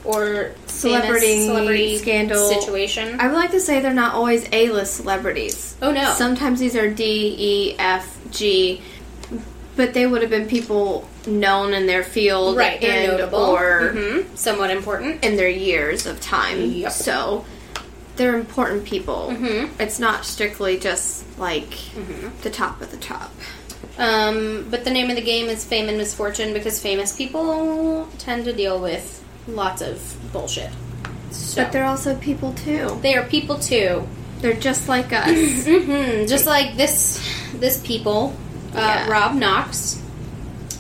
Speaker 7: or famous
Speaker 8: Celebrity
Speaker 7: celebrity
Speaker 8: scandal.
Speaker 7: situation.
Speaker 8: I would like to say they're not always A list celebrities.
Speaker 7: oh no!
Speaker 8: Sometimes these are D, E, F, G, but they would have been people known in their field
Speaker 7: right, they're
Speaker 8: and
Speaker 7: notable
Speaker 8: or
Speaker 7: Mhm, somewhat important.
Speaker 8: in their years of time.
Speaker 7: Yep.
Speaker 8: So they're important people.
Speaker 7: Mhm.
Speaker 8: It's not strictly just like the top of the top.
Speaker 7: Um, but the name of the game is fame and misfortune because famous people tend to deal with lots of bullshit. So
Speaker 8: But they're also people too.
Speaker 7: they are people too.
Speaker 8: They're just like us.
Speaker 7: hmm Just like this, this people, uh,
Speaker 8: Yeah.
Speaker 7: Rob Knox,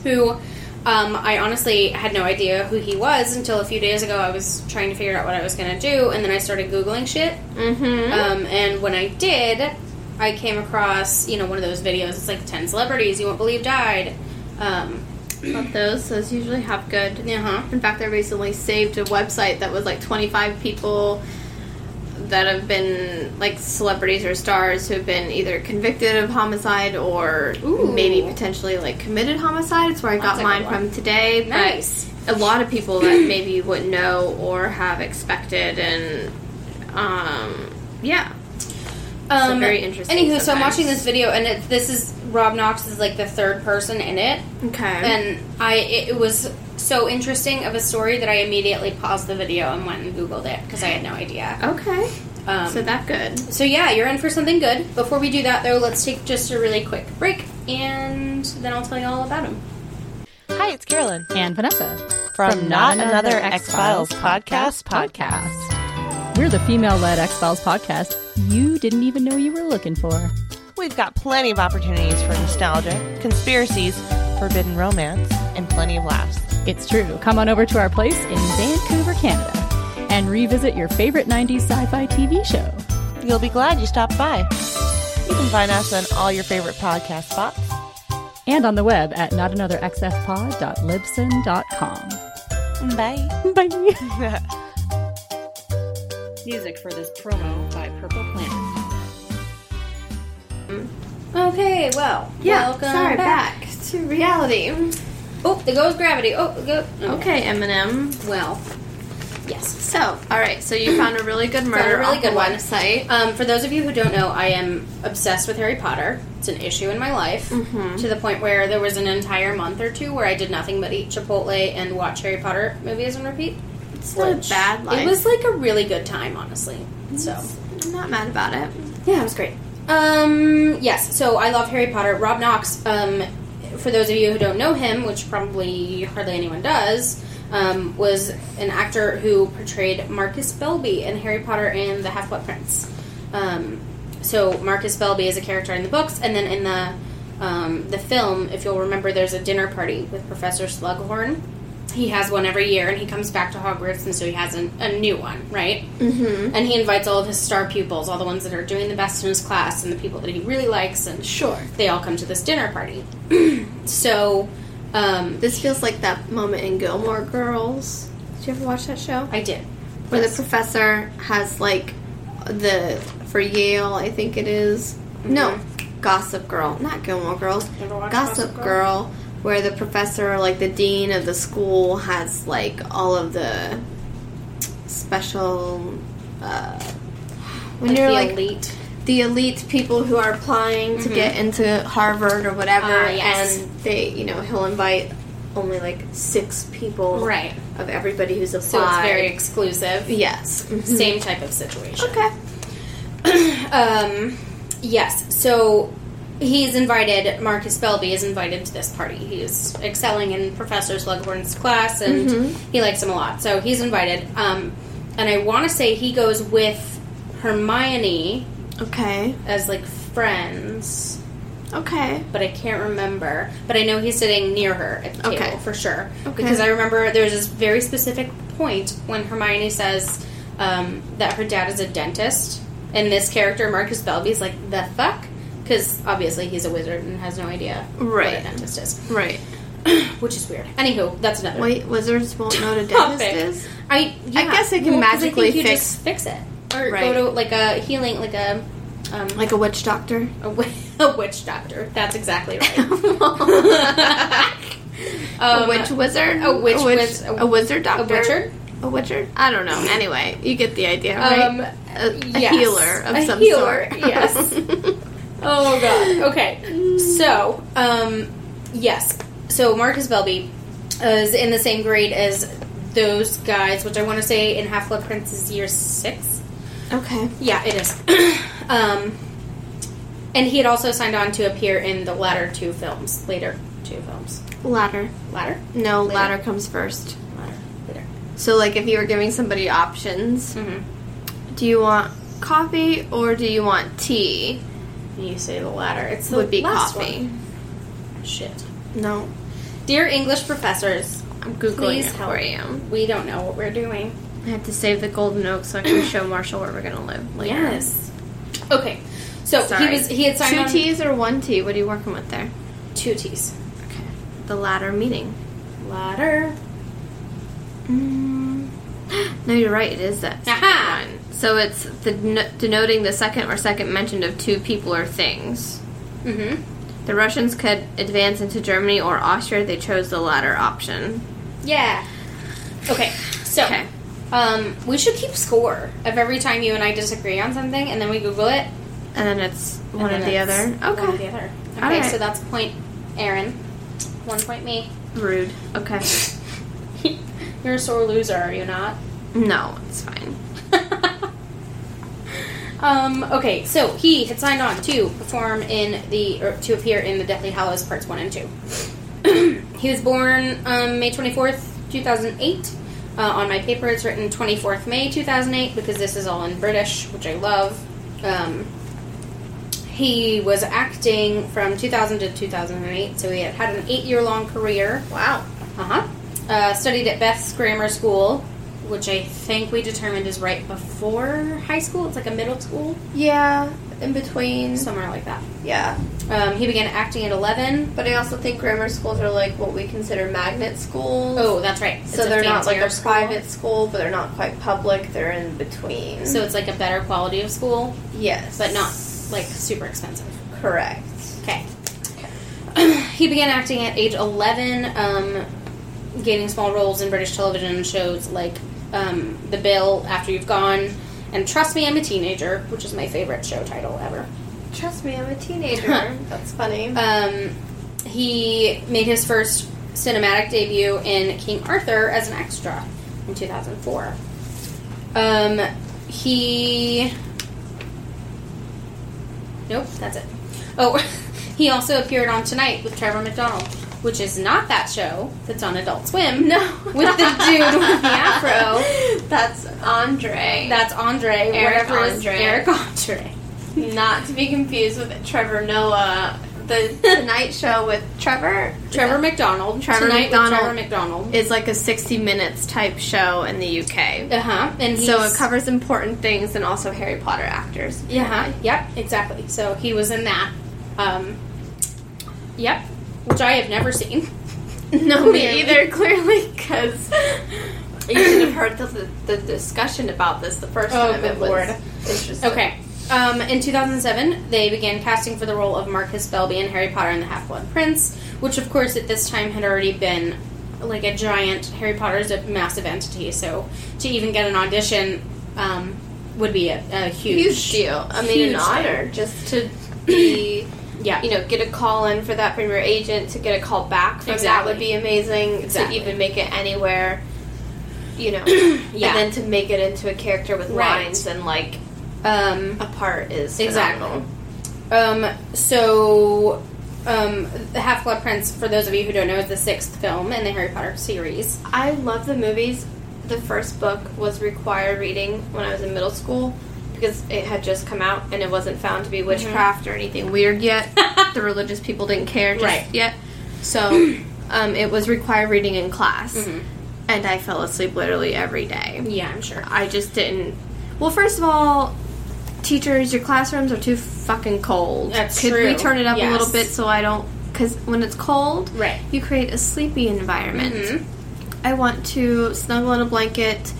Speaker 7: who um, I honestly had no idea who he was until a few days ago. I was trying to figure out what I was going to do, and then I started googling shit.
Speaker 8: mm-hmm.
Speaker 7: Um, and when I did, I came across you know one of those videos. It's like ten celebrities you won't believe died. Um,
Speaker 8: Love those. Those usually have good. Uh-huh.
Speaker 7: uh huh.
Speaker 8: In fact, I recently saved a website that was like 25 people that have been like celebrities or stars who have been either convicted of homicide or
Speaker 7: Ooh.
Speaker 8: maybe potentially like committed homicide. It's where I
Speaker 7: That's a
Speaker 8: got mine
Speaker 7: good one.
Speaker 8: from today. but
Speaker 7: Nice.
Speaker 8: a lot of people that maybe you wouldn't know or have expected, and um, yeah,
Speaker 7: Um,
Speaker 8: very interesting
Speaker 7: Anywho, so I'm
Speaker 8: sometimes.
Speaker 7: watching this video, and it, this is Rob Knox is like the third person in it.
Speaker 8: okay,
Speaker 7: and I it, it was so interesting of a story that I immediately paused the video and went and googled it because I had no idea.
Speaker 8: okay,
Speaker 7: Um,
Speaker 8: so
Speaker 7: so,
Speaker 8: that good.
Speaker 7: yeah, you're in for something good. Before we do that though, let's take just a really quick break and then I'll tell you all about him.
Speaker 9: Hi, it's Carolyn
Speaker 1: And Vanessa.
Speaker 9: from,
Speaker 1: From
Speaker 9: Not
Speaker 1: Not
Speaker 9: Another
Speaker 1: Another
Speaker 9: X Files
Speaker 1: X-Files
Speaker 9: podcast
Speaker 1: podcast
Speaker 9: podcast.
Speaker 1: We're the female led X Files podcast you didn't even know you were looking for.
Speaker 9: We've got plenty of opportunities for nostalgia, conspiracies, forbidden romance, and plenty of laughs.
Speaker 1: It's true. Come on over to our place in Vancouver, Canada, and revisit your favorite 90s sci fi TV show.
Speaker 9: You'll be glad you stopped by. You can find us on all your favorite podcast spots.
Speaker 1: And on the web at notanotherxfpod.libsyn.com.
Speaker 9: Bye.
Speaker 1: Bye.
Speaker 10: Music for this promo by Purple Planet.
Speaker 7: Okay, well,
Speaker 8: Yeah,
Speaker 7: welcome
Speaker 8: sorry,
Speaker 7: back.
Speaker 8: back. to reality.
Speaker 7: Oh, there goes gravity. Oh, go.
Speaker 8: Okay, Eminem.
Speaker 7: Well, yes.
Speaker 8: So, all right, so you found a really good murder, Oh,
Speaker 7: a really
Speaker 8: off
Speaker 7: good
Speaker 8: a
Speaker 7: one.
Speaker 8: website.
Speaker 7: Um, for those of you who don't know, I am obsessed with Harry Potter. It's an issue in my life to the point where there was an entire month or two where I did nothing but eat Chipotle and watch Harry Potter movies on repeat.
Speaker 8: It's not a
Speaker 7: which-
Speaker 8: bad life.
Speaker 7: It was like a really good time, honestly. So
Speaker 8: I'm not mad about it.
Speaker 7: yeah, it was great. Um, yes, so I love Harry Potter. Rob Knox, um, for those of you who don't know him, which probably hardly anyone does, um, was an actor who portrayed Marcus Belby in Harry Potter and the Half Blood Prince. Um, so Marcus Belby is a character in the books, and then in the um, the film, if you'll remember, there's a dinner party with Professor Slughorn. He has one every year, and he comes back to Hogwarts, and so he has an, a new one, right? and he invites all of his star pupils, all the ones that are doing the best in his class, and the people that he really likes, and sure, they all come to this dinner party. so Um,
Speaker 8: This feels like that moment in Gilmore Girls. Did you ever watch that show?
Speaker 7: I did.
Speaker 8: Where the professor has like the for Yale, I think it is. No, Gossip Girl, not Gilmore Girls.
Speaker 7: Never Mm-hmm. watched
Speaker 8: Gossip,
Speaker 7: Gossip
Speaker 8: Girl.
Speaker 7: Girl?
Speaker 8: where the professor, like the dean of the school, has like all of the special. Uh, when
Speaker 7: Like
Speaker 8: you're
Speaker 7: the
Speaker 8: like
Speaker 7: elite.
Speaker 8: the elite people who are applying to get into Harvard or whatever,
Speaker 7: Ah, yes.
Speaker 8: and they, you know, he'll invite only like six people,
Speaker 7: Right.
Speaker 8: of everybody who's applied.
Speaker 7: So it's very exclusive.
Speaker 8: yes, Mhm.
Speaker 7: Same type of situation.
Speaker 8: okay.
Speaker 7: Um, yes. So he's invited. Marcus Belby is invited to this party. He's excelling in Professor Slughorn's class, and he likes him a lot. So he's invited. Um, and I want to say he goes with Hermione
Speaker 8: Okay.
Speaker 7: as like friends,
Speaker 8: Okay.
Speaker 7: but I can't remember. But I know he's sitting near her at the
Speaker 8: Okay.
Speaker 7: table for sure.
Speaker 8: Okay.
Speaker 7: Because I remember there's this very specific point when Hermione says um, that her dad is a dentist, and this character Marcus Belby's like the fuck, because obviously he's a wizard and has no idea what
Speaker 8: Right.
Speaker 7: a dentist is,
Speaker 8: Right.
Speaker 7: which is weird. Anywho, that's another.
Speaker 8: Wait, wizards won't know what a
Speaker 7: Topic.
Speaker 8: dentist is?
Speaker 7: I yeah.
Speaker 8: I guess it can
Speaker 7: 'cause
Speaker 8: magically
Speaker 7: I think you
Speaker 8: fix-
Speaker 7: just fix it or
Speaker 8: Right.
Speaker 7: go to like a healing like a um,
Speaker 8: Like a witch doctor?
Speaker 7: a, wi- a witch doctor. That's exactly right.
Speaker 8: a
Speaker 7: Um,
Speaker 8: witch wizard?
Speaker 7: a witch
Speaker 8: a, witch,
Speaker 7: wiz-
Speaker 8: a, wizard
Speaker 7: a
Speaker 8: doctor?
Speaker 7: witcher.
Speaker 8: A witcher? I don't know. Anyway, you get the idea, right?
Speaker 7: Um,
Speaker 8: a, uh, a
Speaker 7: yes.
Speaker 8: healer of
Speaker 7: A
Speaker 8: some
Speaker 7: healer,
Speaker 8: sort.
Speaker 7: yes. Oh god. Okay.
Speaker 8: Mm.
Speaker 7: So, um, yes. So Marcus Belby is in the same grade as those guys, which I want to say in Half Blood Prince is year six.
Speaker 8: okay.
Speaker 7: Yeah, it is. um, and he had also signed on to appear in the latter two films, later two films,
Speaker 8: Ladder.
Speaker 7: latter,
Speaker 8: No,
Speaker 7: Later.
Speaker 8: ladder comes first.
Speaker 7: latter, later.
Speaker 8: So, like, if you were giving somebody options,
Speaker 7: Mhm.
Speaker 8: do you want coffee or do you want tea?
Speaker 7: You say the latter. It's the
Speaker 8: Would be
Speaker 7: last
Speaker 8: coffee.
Speaker 7: One. Shit.
Speaker 8: No,
Speaker 7: Dear English professors,
Speaker 8: I'm googling
Speaker 7: Please
Speaker 8: it
Speaker 7: help.
Speaker 8: for you.
Speaker 7: we don't know what we're doing.
Speaker 8: I have to save the golden oak so I can show Marshall where we're gonna live later.
Speaker 7: Yes. Okay. So
Speaker 8: Sorry.
Speaker 7: he was he had signed
Speaker 8: two
Speaker 7: on
Speaker 8: T's or one T. What are you working with there?
Speaker 7: two T's.
Speaker 8: Okay. The latter meaning.
Speaker 7: Ladder.
Speaker 8: Mm. No, you're right. It is that second
Speaker 7: Aha!
Speaker 8: one. So it's the den- denoting the second or second mention of two people or things.
Speaker 7: Mm-hmm.
Speaker 8: The Russians could advance into Germany or Austria. They chose the latter option.
Speaker 7: Yeah. Okay. So
Speaker 8: Okay.
Speaker 7: um we should keep score of every time you and I disagree on something and then we Google it.
Speaker 8: And then it's one
Speaker 7: and
Speaker 8: or the
Speaker 7: then it's
Speaker 8: other. Okay.
Speaker 7: One or the other.
Speaker 8: All
Speaker 7: Okay,
Speaker 8: right.
Speaker 7: so that's point Aaron. One point me.
Speaker 8: Rude. Okay.
Speaker 7: You're a sore loser, are you not?
Speaker 8: no, it's fine.
Speaker 7: um, okay, so he had signed on to perform in the or to appear in the Deathly Hallows Parts One and Two. he was born um, May twenty fourth, two thousand eight. Uh, on my paper, it's written twenty fourth May two thousand eight because this is all in British, which I love. Um, he was acting from 2000 to 2008, so he had had an eight year long career. Wow. Uh-huh. Uh Studied at Beth's Grammar School, which I think we determined is right before high school. It's like a middle school,
Speaker 8: Yeah, in between.
Speaker 7: somewhere like that.
Speaker 8: Yeah.
Speaker 7: Um, he began acting at 11.
Speaker 8: But I also think grammar schools are like what we consider magnet schools.
Speaker 7: Oh, that's right. It's
Speaker 8: so
Speaker 7: a
Speaker 8: they're not like
Speaker 7: fancier
Speaker 8: a
Speaker 7: school.
Speaker 8: private school, but they're not quite public. They're in between.
Speaker 7: So it's like a better quality of school,
Speaker 8: yes,
Speaker 7: but not like super expensive.
Speaker 8: correct.
Speaker 7: Okay. he began acting at age 11, um, gaining small roles in British television shows like um, The Bill, After You've Gone, and Trust Me, I'm a Teenager, which is my favorite show title ever.
Speaker 8: Trust me, I'm a teenager. That's funny.
Speaker 7: Um, he made his first cinematic debut in King Arthur as an extra in 2004. Um, he. Nope, that's it. Oh, he also appeared on Tonight with Trevor McDonald, which is not that show that's on Adult Swim.
Speaker 8: No.
Speaker 7: With the dude with the afro.
Speaker 8: That's uh, Andre.
Speaker 7: That's Andre.
Speaker 8: Eric
Speaker 7: whatever his-
Speaker 8: Andre.
Speaker 7: Eric Andre.
Speaker 8: not to be confused with Trevor Noah, the Tonight Show with Trevor.
Speaker 7: Trevor McDonald.
Speaker 8: Trevor
Speaker 7: Tonight
Speaker 8: McDonald.
Speaker 7: with Trevor McDonald.
Speaker 8: is like a 60 Minutes type show in the UK.
Speaker 7: Uh huh. And he's,
Speaker 8: So it covers important things and also Harry Potter actors.
Speaker 7: Yeah. Uh-huh, Yep. Exactly. So he was in that. Um, yep. Which I have never seen.
Speaker 8: No, me either, clearly, because you should have heard the, the, discussion about this the first
Speaker 7: Oh,
Speaker 8: time.
Speaker 7: good
Speaker 8: it was
Speaker 7: Lord.
Speaker 8: interesting.
Speaker 7: Okay. Um, in 2007, they began casting for the role of Marcus Belby in Harry Potter and the Half-Blood Prince, which, of course, at this time had already been like a giant. Harry Potter is a massive entity, so to even get an audition um, would be a, a huge,
Speaker 8: Huge deal. I mean,
Speaker 7: Huge
Speaker 8: an
Speaker 7: deal.
Speaker 8: honor just to be,
Speaker 7: Yeah,
Speaker 8: you know, get a call in for that from your agent, to get a call back from that
Speaker 7: Exactly.
Speaker 8: would be amazing.
Speaker 7: Exactly.
Speaker 8: To even make it anywhere, you know, yeah.
Speaker 7: Yeah.
Speaker 8: and then to make it into a character with
Speaker 7: Right.
Speaker 8: lines and like
Speaker 7: um,
Speaker 8: a part is
Speaker 7: Exactly.
Speaker 8: phenomenal.
Speaker 7: Um, so, um, The Half Blood Prince, for those of you who don't know, is the sixth film in the Harry Potter series.
Speaker 8: I love the movies. The first book was required reading when I was in middle school because it had just come out and it wasn't found to be witchcraft or anything weird yet. the religious people didn't care just
Speaker 7: Right.
Speaker 8: yet. So um, it was required reading in class. And I fell asleep literally every day.
Speaker 7: Yeah, I'm sure.
Speaker 8: I just didn't. Well, first of all, teachers, your classrooms are too fucking cold.
Speaker 7: That's
Speaker 8: Could we
Speaker 7: true.
Speaker 8: turn it up a
Speaker 7: Yes.
Speaker 8: little bit so I don't? Because when it's cold,
Speaker 7: Right.
Speaker 8: you create a sleepy environment.
Speaker 7: Mhm.
Speaker 8: I want to snuggle in a blanket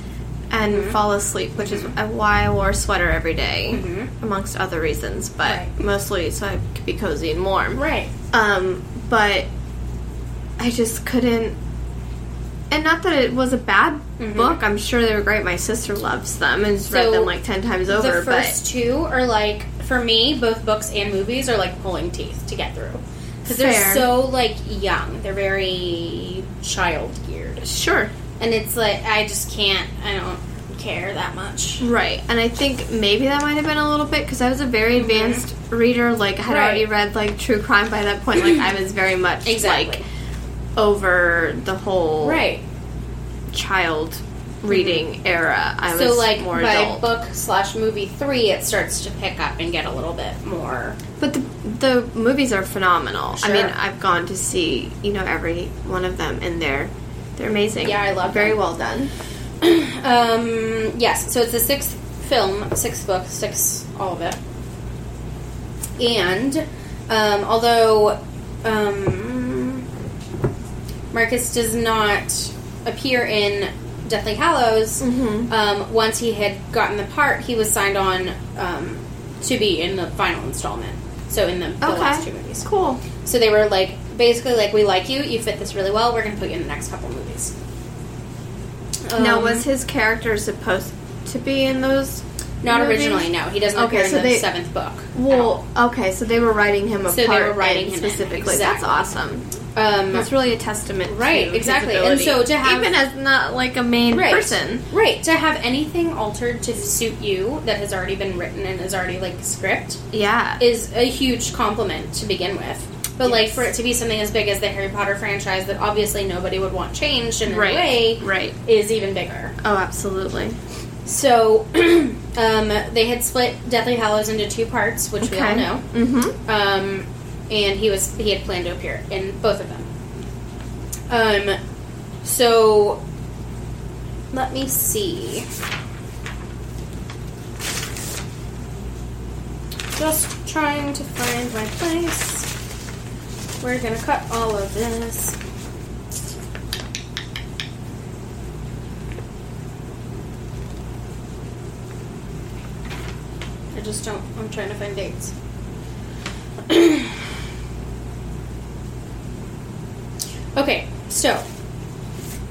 Speaker 8: and
Speaker 7: Mm-hmm.
Speaker 8: fall asleep, which is why I wore a sweater every day, amongst other reasons, but
Speaker 7: Mm-hmm. Right.
Speaker 8: mostly so I could be cozy and warm.
Speaker 7: Right.
Speaker 8: Um, but I just couldn't. And not that it was a bad book. I'm sure they were great. My sister loves them and's
Speaker 7: Mm-hmm. So,
Speaker 8: read them like ten times over.
Speaker 7: the first two are like, for me, both books and movies are like pulling teeth to get through. Because they're
Speaker 8: Fair.
Speaker 7: so, like, young. They're very child geared.
Speaker 8: but sure,
Speaker 7: And it's like, I just can't, I don't care that much.
Speaker 8: right. And I think maybe that might have been a little bit because I was a very advanced reader. Like I had
Speaker 7: Mm-hmm. Right.
Speaker 8: already read like true crime by that point. Like I was very much
Speaker 7: Exactly.
Speaker 8: like over the whole
Speaker 7: Right. Mm-hmm.
Speaker 8: child reading era. I
Speaker 7: So,
Speaker 8: was
Speaker 7: like,
Speaker 8: more
Speaker 7: by
Speaker 8: adult.
Speaker 7: book slash movie three, it starts to pick up and get a little bit more.
Speaker 8: But the, the movies are phenomenal.
Speaker 7: Sure.
Speaker 8: I mean, I've gone to see you know every one of them, and they're they're amazing.
Speaker 7: Yeah, I love
Speaker 8: very
Speaker 7: them.
Speaker 8: well done.
Speaker 7: Um, yes, so it's the sixth film, sixth book, six, all of it. And, um, although, um, Marcus does not appear in Deathly Hallows, um, once he had gotten the part, he was signed on, um, to be in the final installment. So in the, the
Speaker 8: Okay.
Speaker 7: last two movies.
Speaker 8: Cool.
Speaker 7: So they were like, basically, like, we like you, you fit this really well, we're gonna put you in the next couple movies.
Speaker 8: now,
Speaker 7: Um,
Speaker 8: was his character supposed to be in those?
Speaker 7: Not
Speaker 8: movies?
Speaker 7: originally, no. He doesn't
Speaker 8: Okay,
Speaker 7: appear
Speaker 8: so
Speaker 7: in the
Speaker 8: they-
Speaker 7: seventh book.
Speaker 8: Well, okay, so they were writing him apart.
Speaker 7: So they were writing
Speaker 8: and
Speaker 7: him in,
Speaker 8: specifically. That's
Speaker 7: exactly.
Speaker 8: awesome.
Speaker 7: Um,
Speaker 8: That's really a testament,
Speaker 7: Right,
Speaker 8: to his
Speaker 7: exactly. And
Speaker 8: ability.
Speaker 7: so to have-
Speaker 8: even as not like a main
Speaker 7: right.
Speaker 8: person,
Speaker 7: Right. To have anything altered to suit you that has already been written and is already like script
Speaker 8: yeah,
Speaker 7: is a huge compliment to begin with. But like for it to be something as big as the Harry Potter franchise that obviously nobody would want changed in
Speaker 8: right,
Speaker 7: any way
Speaker 8: right.
Speaker 7: is even bigger.
Speaker 8: Oh, absolutely.
Speaker 7: So um, they had split Deathly Hallows into two parts, which we all
Speaker 8: Okay.
Speaker 7: know.
Speaker 8: Mm-hmm.
Speaker 7: um, and he was he had planned to appear in both of them. Um, so let me see. Just trying to find my place. We're gonna cut all of this. I just don't. I'm trying to find dates. Okay, so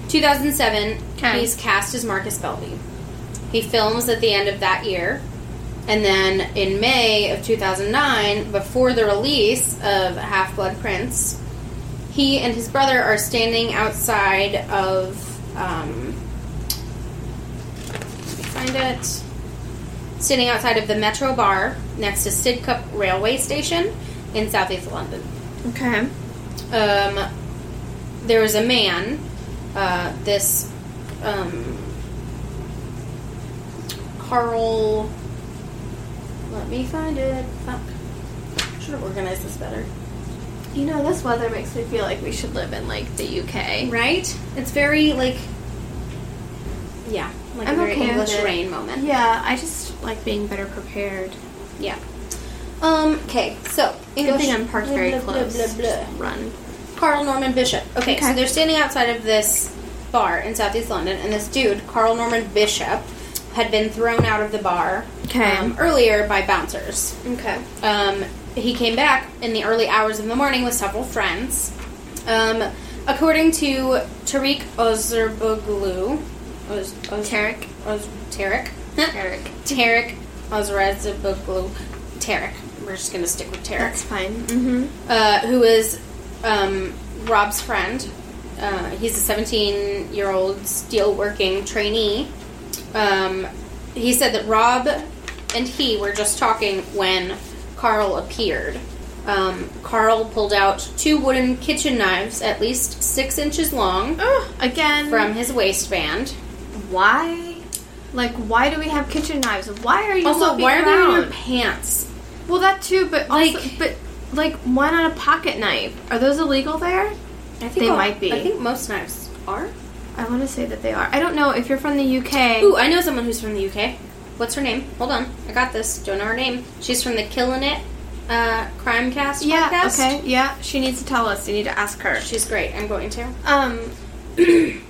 Speaker 7: 2007,
Speaker 8: Okay.
Speaker 7: he's cast as Marcus Belby. He films at the end of that year, and then in May of 2009, before the release of Half Blood Prince, he and his brother are standing outside of. Um, let me find it. Standing outside of the Metro Bar next to Sidcup Railway Station in southeast London
Speaker 8: Okay.
Speaker 7: um, there was a man, uh, this um, Carl. Let me find it. Fuck. Should have organized this better.
Speaker 8: You know, this weather makes me feel like we should live in like the UK.
Speaker 7: Right? It's very like. Yeah, like a
Speaker 8: I'm
Speaker 7: very
Speaker 8: okay with
Speaker 7: English
Speaker 8: it.
Speaker 7: rain moment.
Speaker 8: Yeah, I just like being better prepared.
Speaker 7: Yeah. Um. Okay. So
Speaker 8: Good
Speaker 7: English-
Speaker 8: thing I'm parked very
Speaker 7: blah, blah, blah,
Speaker 8: close.
Speaker 7: blah, blah.
Speaker 8: Run.
Speaker 7: Carl Norman Bishop. Okay, so
Speaker 8: Okay.
Speaker 7: they're standing outside of this bar in Southeast London, and this dude, Carl Norman Bishop, had been thrown out of the bar
Speaker 8: Okay.
Speaker 7: um, earlier by bouncers.
Speaker 8: Okay.
Speaker 7: Um, he came back in the early hours of the morning with several friends. Um, according to Tariq Ozerboglu, Oz, Oz, Tarek, Oz, Tarek,
Speaker 8: Tarek.
Speaker 7: Tarek Ozerboglu, Tarek. We're just gonna stick with Tarek
Speaker 8: That's fine. Mm-hmm.
Speaker 7: uh, who is um, Rob's friend. Uh, he's a 17 year old steel working trainee. Um, he said that Rob and he were just talking when Carl appeared. Um, Carl pulled out two wooden kitchen knives, at least six inches long,
Speaker 8: Oh, again.
Speaker 7: from his waistband.
Speaker 8: why? Like, why do we have kitchen knives? Why are you
Speaker 7: Also,
Speaker 8: walking
Speaker 7: why are they in your
Speaker 8: around?
Speaker 7: pants?
Speaker 8: Well, that too, but
Speaker 7: Like-
Speaker 8: also, but like, why not a pocket knife? Are those illegal there?
Speaker 7: I think
Speaker 8: They
Speaker 7: all-
Speaker 8: might be.
Speaker 7: I think most knives are.
Speaker 8: I want to say that they are. I don't know if you're from the UK.
Speaker 7: Ooh, I know someone who's from the UK. What's her name? Hold on, I got this. Don't know her name. She's from the Killin' It uh, Crime Cast
Speaker 8: yeah.
Speaker 7: podcast.
Speaker 8: Okay. Yeah. She needs to tell us. You need to ask her.
Speaker 7: She's great. I'm going to.
Speaker 8: Um. I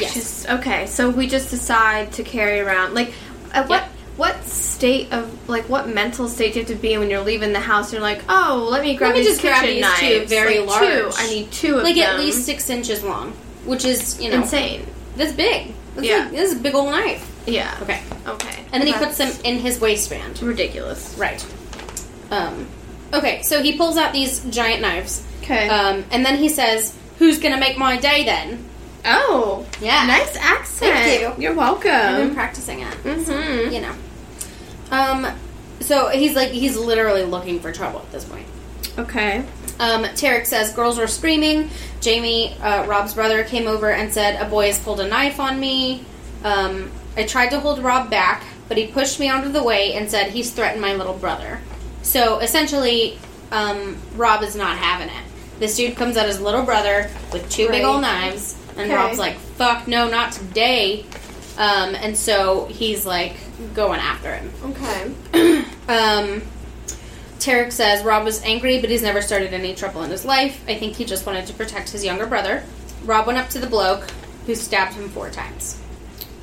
Speaker 7: Yes.
Speaker 8: Just, okay. So we just decide to carry around like, at what
Speaker 7: Yep.
Speaker 8: what state of like what mental state do you have to be in when you're leaving the house? You're like, oh, let me grab
Speaker 7: Let me
Speaker 8: these
Speaker 7: just grab
Speaker 8: kitchen
Speaker 7: these
Speaker 8: knives.
Speaker 7: two very
Speaker 8: Like, two.
Speaker 7: large.
Speaker 8: I need two of
Speaker 7: Like
Speaker 8: them.
Speaker 7: at least six inches long, which is you know
Speaker 8: insane.
Speaker 7: that's big. That's
Speaker 8: Yeah.
Speaker 7: like- this is a big old knife.
Speaker 8: Yeah.
Speaker 7: Okay,
Speaker 8: Okay.
Speaker 7: and then he
Speaker 8: That's
Speaker 7: puts them in his waistband.
Speaker 8: ridiculous.
Speaker 7: Right. Um. Okay, so he pulls out these giant knives.
Speaker 8: Okay.
Speaker 7: Um, and then he says, "Who's gonna make my day then?"
Speaker 8: oh.
Speaker 7: Yeah.
Speaker 8: Nice accent.
Speaker 7: Thank you.
Speaker 8: You're welcome.
Speaker 7: I've been practicing it.
Speaker 8: Mhm.
Speaker 7: you know. Um, so he's like he's literally looking for trouble at this point.
Speaker 8: Okay.
Speaker 7: Um, Tarek says girls were screaming. Jamie, uh, Rob's brother, came over and said a boy has pulled a knife on me. Um, I tried to hold Rob back, but he pushed me out of the way and said he's threatened my little brother. So essentially, um, Rob is not having it. This dude comes at his little brother with two big
Speaker 8: Right.
Speaker 7: old knives, and
Speaker 8: Okay.
Speaker 7: Rob's like, "Fuck no, not today." Um, and so he's like going after him.
Speaker 8: Okay.
Speaker 7: Um, Tarek says Rob was angry, but he's never started any trouble in his life. I think he just wanted to protect his younger brother. Rob went up to the bloke, who stabbed him four times.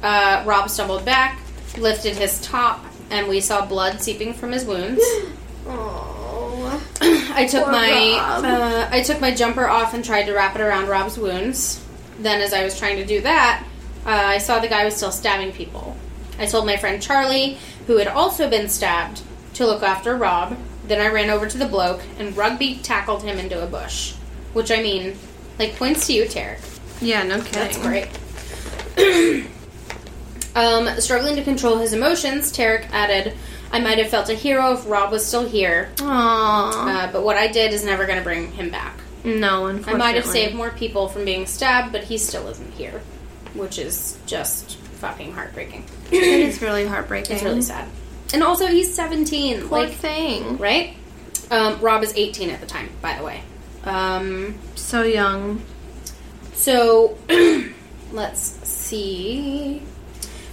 Speaker 7: Uh, Rob stumbled back, lifted his top, and we saw blood seeping from his wounds.
Speaker 8: Oh.
Speaker 7: I took
Speaker 8: Poor
Speaker 7: my
Speaker 8: Rob.
Speaker 7: uh, I took my jumper off and tried to wrap it around Rob's wounds. Then, as I was trying to do that, uh, I saw the guy was still stabbing people. I told my friend Charlie, who had also been stabbed, to look after Rob. Then I ran over to the bloke and rugby tackled him into a bush. Which I mean, like points to you, Tarek.
Speaker 8: Yeah. No kidding.
Speaker 7: That's great. um, struggling to control his emotions, Tarek added, "I might have felt a hero if Rob was still here,
Speaker 8: Aww.
Speaker 7: uh, but what I did is never going to bring him back.
Speaker 8: no,
Speaker 7: I
Speaker 8: unfortunately.
Speaker 7: might have saved more people from being stabbed, but he still isn't here, which is just fucking heartbreaking.
Speaker 8: It is really heartbreaking.
Speaker 7: It's really sad. And also, he's 17.
Speaker 8: Poor
Speaker 7: like,
Speaker 8: thing.
Speaker 7: right? Um, Rob is 18 at the time, by the way. Um,
Speaker 8: So young.
Speaker 7: so, let's see.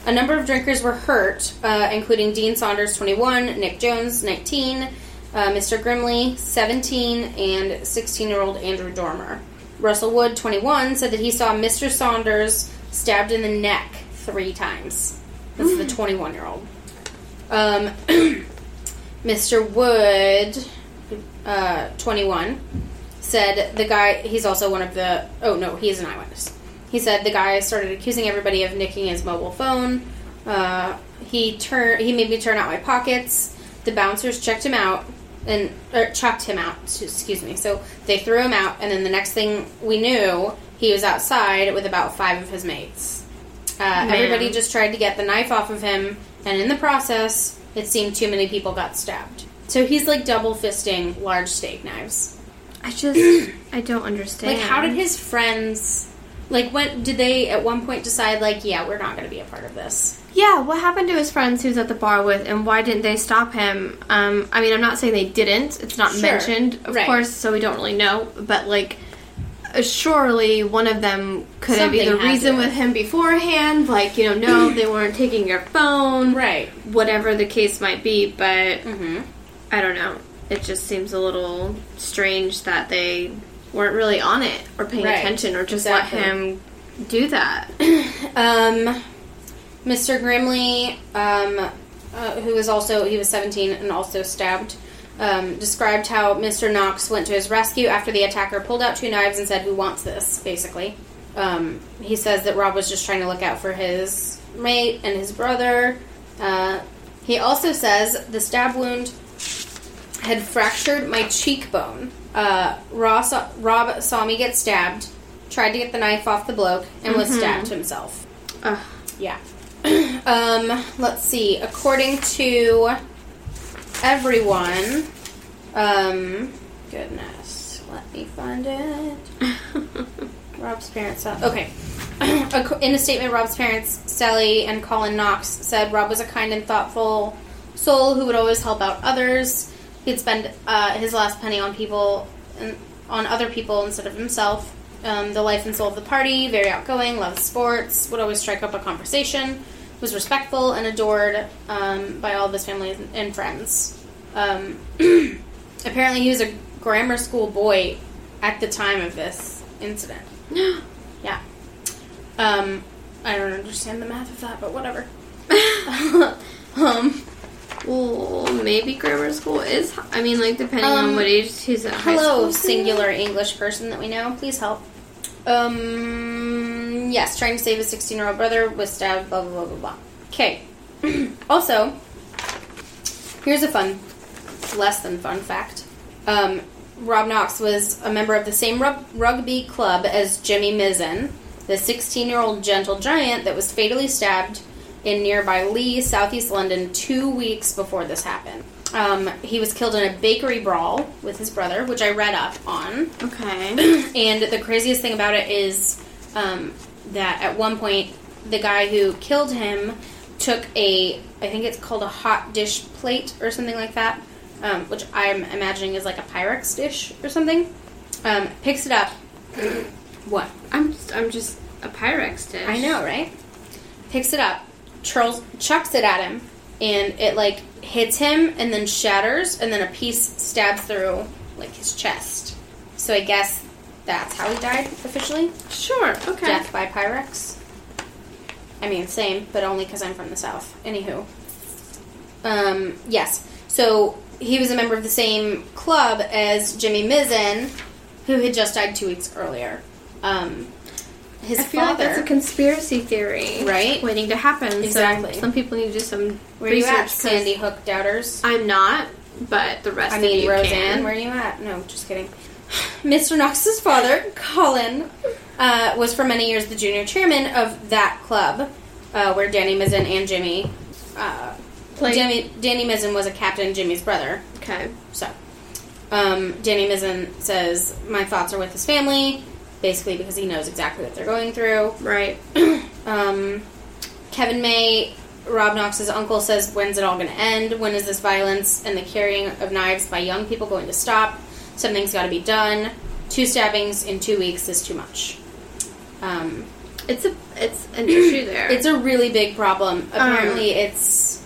Speaker 7: A number of drinkers were hurt, uh, including Dean Saunders, 21, Nick Jones, 19, uh, Mr. Grimley, 17, and 16 year old Andrew Dormer. Russell Wood, 21, said that he saw Mr. Saunders stabbed in the neck three times. This is the
Speaker 8: Mm.
Speaker 7: 21 year old. Um, Mr. Wood, uh, 21, said the guy, he's also one of the, oh no, he is an eyewitness. He said the guy started accusing everybody of nicking his mobile phone. Uh, he turn, he made me turn out my pockets. The bouncers checked him out and or chucked him out. s- Excuse me. So they threw him out, and then the next thing we knew, he was outside with about five of his mates. Uh, everybody just tried to get the knife off of him, and in the process, it seemed too many people got stabbed. So he's like double fisting large steak knives.
Speaker 8: I just, I don't understand.
Speaker 7: Like, how did his friends? Like, when did they at one point decide? Like, yeah, we're not going to be a part of this.
Speaker 8: Yeah, what happened to his friends he was at the bar with, and why didn't they stop him? Um, I mean, I'm not saying they didn't. It's not
Speaker 7: Sure.
Speaker 8: mentioned, of
Speaker 7: Right.
Speaker 8: course, so we don't really know. But like, uh, surely one of them could
Speaker 7: Something
Speaker 8: have
Speaker 7: had
Speaker 8: either reasoned
Speaker 7: to.
Speaker 8: with him beforehand, like you know, no, they weren't taking your phone,
Speaker 7: Right.
Speaker 8: Whatever the case might be, but
Speaker 7: Mm-hmm.
Speaker 8: I don't know. It just seems a little strange that they weren't really on it or paying
Speaker 7: Right.
Speaker 8: attention or just
Speaker 7: Exactly.
Speaker 8: let him do that.
Speaker 7: Um, Mr. Grimley, um, uh, who was also he was 17 and also stabbed, um, described how Mr. Knox went to his rescue after the attacker pulled out two knives and said, "Who wants this?" Basically, um, he says that Rob was just trying to look out for his mate and his brother. Uh, he also says the stab wound had fractured my cheekbone. Uh, Ross, Rob saw me get stabbed, tried to get the knife off the bloke, and was stabbed himself.
Speaker 8: Ugh.
Speaker 7: Yeah. um, let's see. According to everyone, um, goodness, let me find it. Rob's parents. uh, Okay. Ac- In a statement, Rob's parents, Sally and Colin Knox, said Rob was a kind and thoughtful soul who would always help out others. He'd spend uh, his last penny on people, and on other people instead of himself. Um, the life and soul of the party, very outgoing, loved sports, would always strike up a conversation, was respectful and adored um, by all of his family and friends. Um, apparently, he was a grammar school boy at the time of this incident. yeah. Um, I don't understand the math of that, but whatever. um,
Speaker 8: Well, maybe grammar school is. I mean, like depending
Speaker 7: Um,
Speaker 8: on what age he's at. high
Speaker 7: hello,
Speaker 8: school.
Speaker 7: singular English person that we know. Please help. Um, yes, trying to save his 16 year old brother was stabbed, blah, blah, blah, blah, blah. Okay. also, here's a fun, less than fun fact. Um, Rob Knox was a member of the same rug- rugby club as Jimmy Mizzen, the 16 year old gentle giant that was fatally stabbed in nearby Lee, southeast London, two weeks before this happened. Um, he was killed in a bakery brawl with his brother, which I read up on.
Speaker 8: Okay.
Speaker 7: And the craziest thing about it is um, that at one point, the guy who killed him took a, I think it's called a hot dish plate or something like that, um, which I'm imagining is like a Pyrex dish or something. Um, picks it up. what?
Speaker 8: I'm just, I'm just a Pyrex dish.
Speaker 7: I know, right? Picks it up, churls, chucks it at him, and it like hits him and then shatters, and then a piece stabs through like his chest. So I guess that's how he died officially.
Speaker 8: Sure. Okay.
Speaker 7: Death by Pyrex. I mean, same, but only because I'm from the South. Anywho. Um, yes. So he was a member of the same club as Jimmy Mizzen, who had just died two weeks earlier. Um, his
Speaker 8: I feel like
Speaker 7: father.
Speaker 8: that's a conspiracy theory,
Speaker 7: Right?
Speaker 8: Waiting to happen. So
Speaker 7: Exactly.
Speaker 8: some people need to do some
Speaker 7: Where
Speaker 8: research.
Speaker 7: you at,
Speaker 8: 'cause
Speaker 7: Sandy Hook doubters?
Speaker 8: I'm not, but the rest
Speaker 7: I
Speaker 8: of
Speaker 7: mean,
Speaker 8: you
Speaker 7: Roseanne,
Speaker 8: can.
Speaker 7: where you at? No, just kidding. Mr. Knox's father, Colin, uh, was for many years the junior chairman of that club, uh, where Danny Mizzen and Jimmy. Uh,
Speaker 8: Played.
Speaker 7: Jimmy, Danny Mizzen was a captain, Jimmy's brother.
Speaker 8: Okay.
Speaker 7: So, um, Danny Mizzen says, My thoughts are with his family, basically because he knows exactly what they're going through.
Speaker 8: Right.
Speaker 7: Um, Kevin May, Rob Knox's uncle, says, When's it all going to end? When is this violence and the carrying of knives by young people going to stop? Something's got to be done. Two stabbings in two weeks is too much. Um,
Speaker 8: It's a it's an issue there.
Speaker 7: it's a really big problem.
Speaker 8: Um.
Speaker 7: Apparently, it's.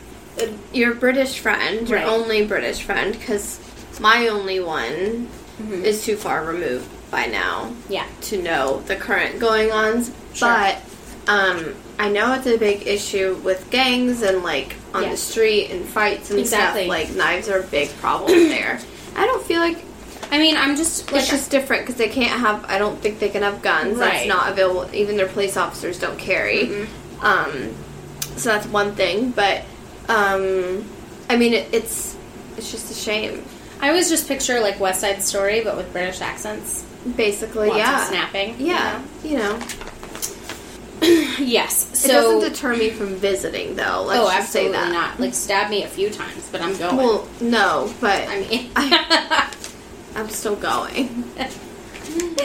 Speaker 8: your British friend, your
Speaker 7: Right.
Speaker 8: only British friend, because my only one
Speaker 7: Mm-hmm.
Speaker 8: is too far removed by now
Speaker 7: Yeah.
Speaker 8: to know the current going ons.
Speaker 7: Sure.
Speaker 8: But um, I know it's a big issue with gangs and like on
Speaker 7: Yeah.
Speaker 8: the street and fights and
Speaker 7: Exactly.
Speaker 8: stuff. Like knives are a big problem there. I don't feel like
Speaker 7: I mean, I'm just. Like,
Speaker 8: it's just different because they can't have. I don't think they can have guns.
Speaker 7: Right.
Speaker 8: That's not available. Even their police officers don't carry. Um, so that's one thing. But um, I mean, it, it's it's just a shame.
Speaker 7: I always just picture like West Side Story, but with British accents.
Speaker 8: Basically,
Speaker 7: Lots
Speaker 8: yeah.
Speaker 7: of snapping. you
Speaker 8: Yeah, you know,
Speaker 7: know? Yes. So
Speaker 8: it doesn't deter me from visiting, though. Let's
Speaker 7: oh,
Speaker 8: just
Speaker 7: absolutely
Speaker 8: say that.
Speaker 7: not. Like stab me a few times, but I'm going.
Speaker 8: Well, no, but
Speaker 7: I
Speaker 8: I
Speaker 7: mean,
Speaker 8: am still going.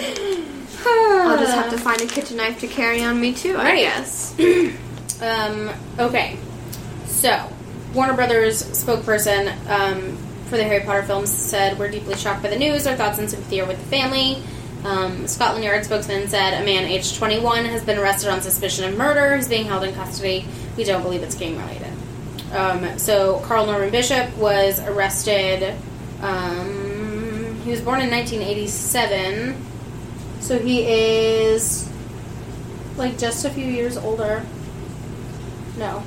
Speaker 8: I'll just have to find a kitchen knife to carry on me too. I
Speaker 7: Right.
Speaker 8: guess.
Speaker 7: Um, okay. So, Warner Brothers spokesperson um, for the Harry Potter films said, We're deeply shocked by the news. Our thoughts and sympathy are with the family. Um, Scotland Yard spokesman said, A man aged 21 has been arrested on suspicion of murder. He's being held in custody. We don't believe it's gang related. Um, so, Carl Norman Bishop was arrested. Um, he was born in 1987. So he is like just a few years older. No.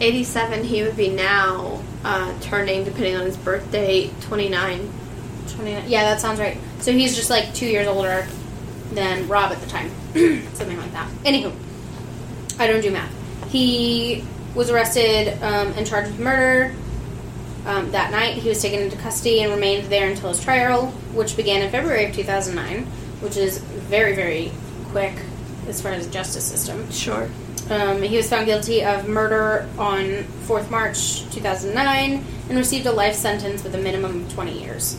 Speaker 8: 87, he would be now uh, turning, depending on his birthday, 29.
Speaker 7: 29. Yeah, that sounds right. So he's just like two years older than Rob at the time. Something like that. Anywho, I don't do math. He was arrested um, and charged with murder um, that night. He was taken into custody and remained there until his trial, which began in February of 2009, which is very, very quick as far as the justice system.
Speaker 8: Sure.
Speaker 7: Um, he was found guilty of murder on 4th March 2009 and received a life sentence with a minimum of 20 years.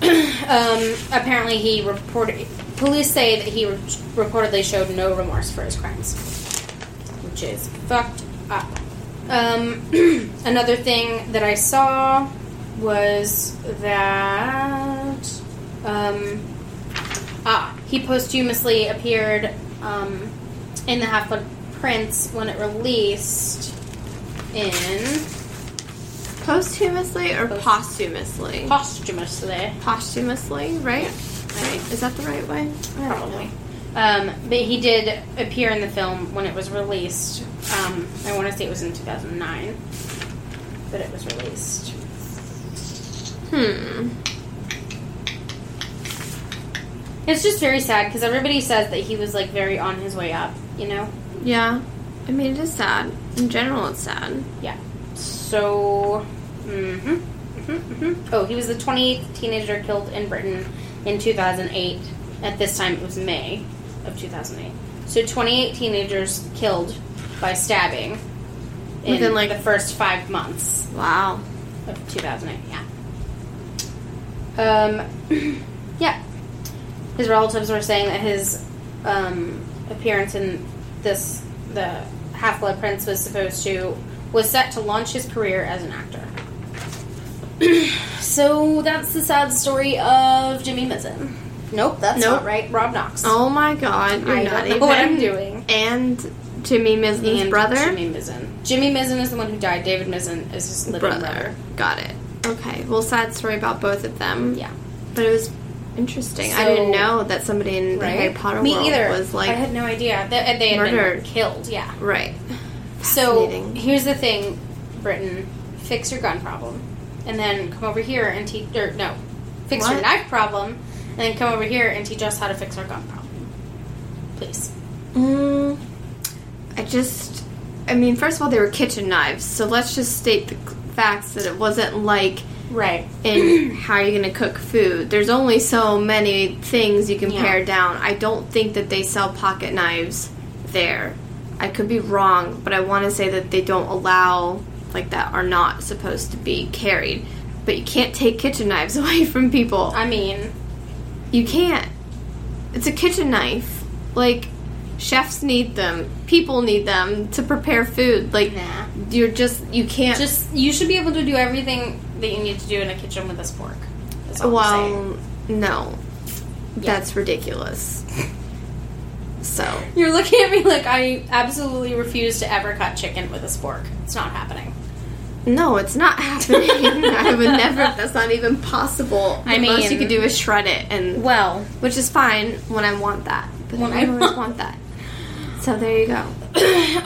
Speaker 7: um, apparently, he reported. Police say that he re- reportedly showed no remorse for his crimes, which is fucked up. Um, another thing that I saw was that. Um, Ah, he posthumously appeared um, in the Half Blood Prince when it released in
Speaker 8: Posthumously or
Speaker 7: Post-
Speaker 8: posthumously?
Speaker 7: posthumously,
Speaker 8: posthumously, right? Right. Is that the right way? I don't
Speaker 7: probably.
Speaker 8: know.
Speaker 7: Um, but he did appear in the film when it was released. Um, I want to say it was in 2009 that it was released.
Speaker 8: Hmm.
Speaker 7: It's just very sad because everybody says that he was like very on his way up, you know?
Speaker 8: Yeah. I mean, it is sad. In general, it's sad.
Speaker 7: Yeah. So, hmm hmm oh, he was the 28th teenager killed in Britain in 2008. At this time, it was May of 2008. So, 28 teenagers killed by stabbing in
Speaker 8: Within, like-
Speaker 7: the first five months
Speaker 8: Wow.
Speaker 7: of 2008. Yeah. Um, yeah. His relatives were saying that his um, appearance in this, the Half Blood Prince, was supposed to was set to launch his career as an actor. so that's the sad story of Jimmy Mizzen. Nope, that's
Speaker 8: Nope.
Speaker 7: not right. Rob Knox.
Speaker 8: Oh my god. You're
Speaker 7: I
Speaker 8: not
Speaker 7: don't know
Speaker 8: even.
Speaker 7: what I'm doing.
Speaker 8: And Jimmy Mizzen's
Speaker 7: and
Speaker 8: brother?
Speaker 7: Jimmy Mizzen. Jimmy Mizzen is the one who died. David Mizzen is his living brother.
Speaker 8: brother. Got it. Okay. Well, sad story about both of them.
Speaker 7: Yeah.
Speaker 8: But it was interesting. I
Speaker 7: So-
Speaker 8: didn't know that somebody in the Harry Potter
Speaker 7: Me
Speaker 8: world
Speaker 7: either.
Speaker 8: was like.
Speaker 7: I had no idea that uh, they had been
Speaker 8: murdered.
Speaker 7: killed. Yeah.
Speaker 8: Right.
Speaker 7: So
Speaker 8: Fascinating.
Speaker 7: here's the thing, Britain, fix your gun problem, and then come over here and teach. Or no, fix your
Speaker 8: What?
Speaker 7: knife problem, and then come over here and teach us how to fix our gun problem, please.
Speaker 8: Mm, I just. I mean, first of all, they were kitchen knives, so let's just state the facts that it wasn't like
Speaker 7: Right.
Speaker 8: in how you're going to cook food. There's only so many things you can
Speaker 7: Yeah.
Speaker 8: pare down. I don't think that they sell pocket knives there. I could be wrong, but I want to say that they don't allow, like, that are not supposed to be carried. But you can't take kitchen knives away from people.
Speaker 7: I mean,
Speaker 8: You can't. It's a kitchen knife. Like, chefs need them. People need them to prepare food. Like,
Speaker 7: Nah.
Speaker 8: you're just, you can't.
Speaker 7: just you should be able to do everything that you need to do in a kitchen with a spork. That's all I'm saying.
Speaker 8: well, no. That's ridiculous. so,
Speaker 7: You're looking at me like I absolutely refuse to ever cut chicken with a spork. It's not happening.
Speaker 8: no, it's not happening. I would never, that's not even possible. The
Speaker 7: I
Speaker 8: most you
Speaker 7: mean-
Speaker 8: could do is shred it, and
Speaker 7: Well,
Speaker 8: which is fine when I want that. But
Speaker 7: When
Speaker 8: I
Speaker 7: I
Speaker 8: don't always want that. So, there you go.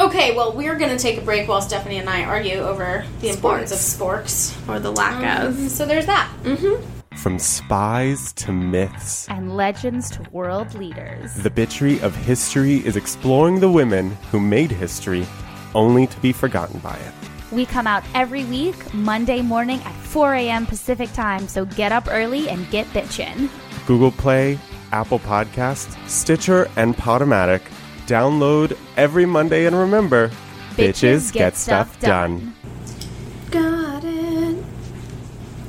Speaker 7: okay, well, we're going to take a break while Stephanie and I argue over the importance of sporks.
Speaker 8: Or the lack
Speaker 7: Um,
Speaker 8: of.
Speaker 7: so there's that. Mm-hmm.
Speaker 11: From spies to myths,
Speaker 10: And legends to world leaders.
Speaker 11: the bitchery of history is exploring the women who made history only to be forgotten by it.
Speaker 10: We come out every week, Monday morning at 4 a.m. Pacific time, so get up early and get bitchin'.
Speaker 11: Google Play, Apple Podcasts, Stitcher, and Podomatic. Download every Monday and remember, bitches, get, stuff, done.
Speaker 8: Got it.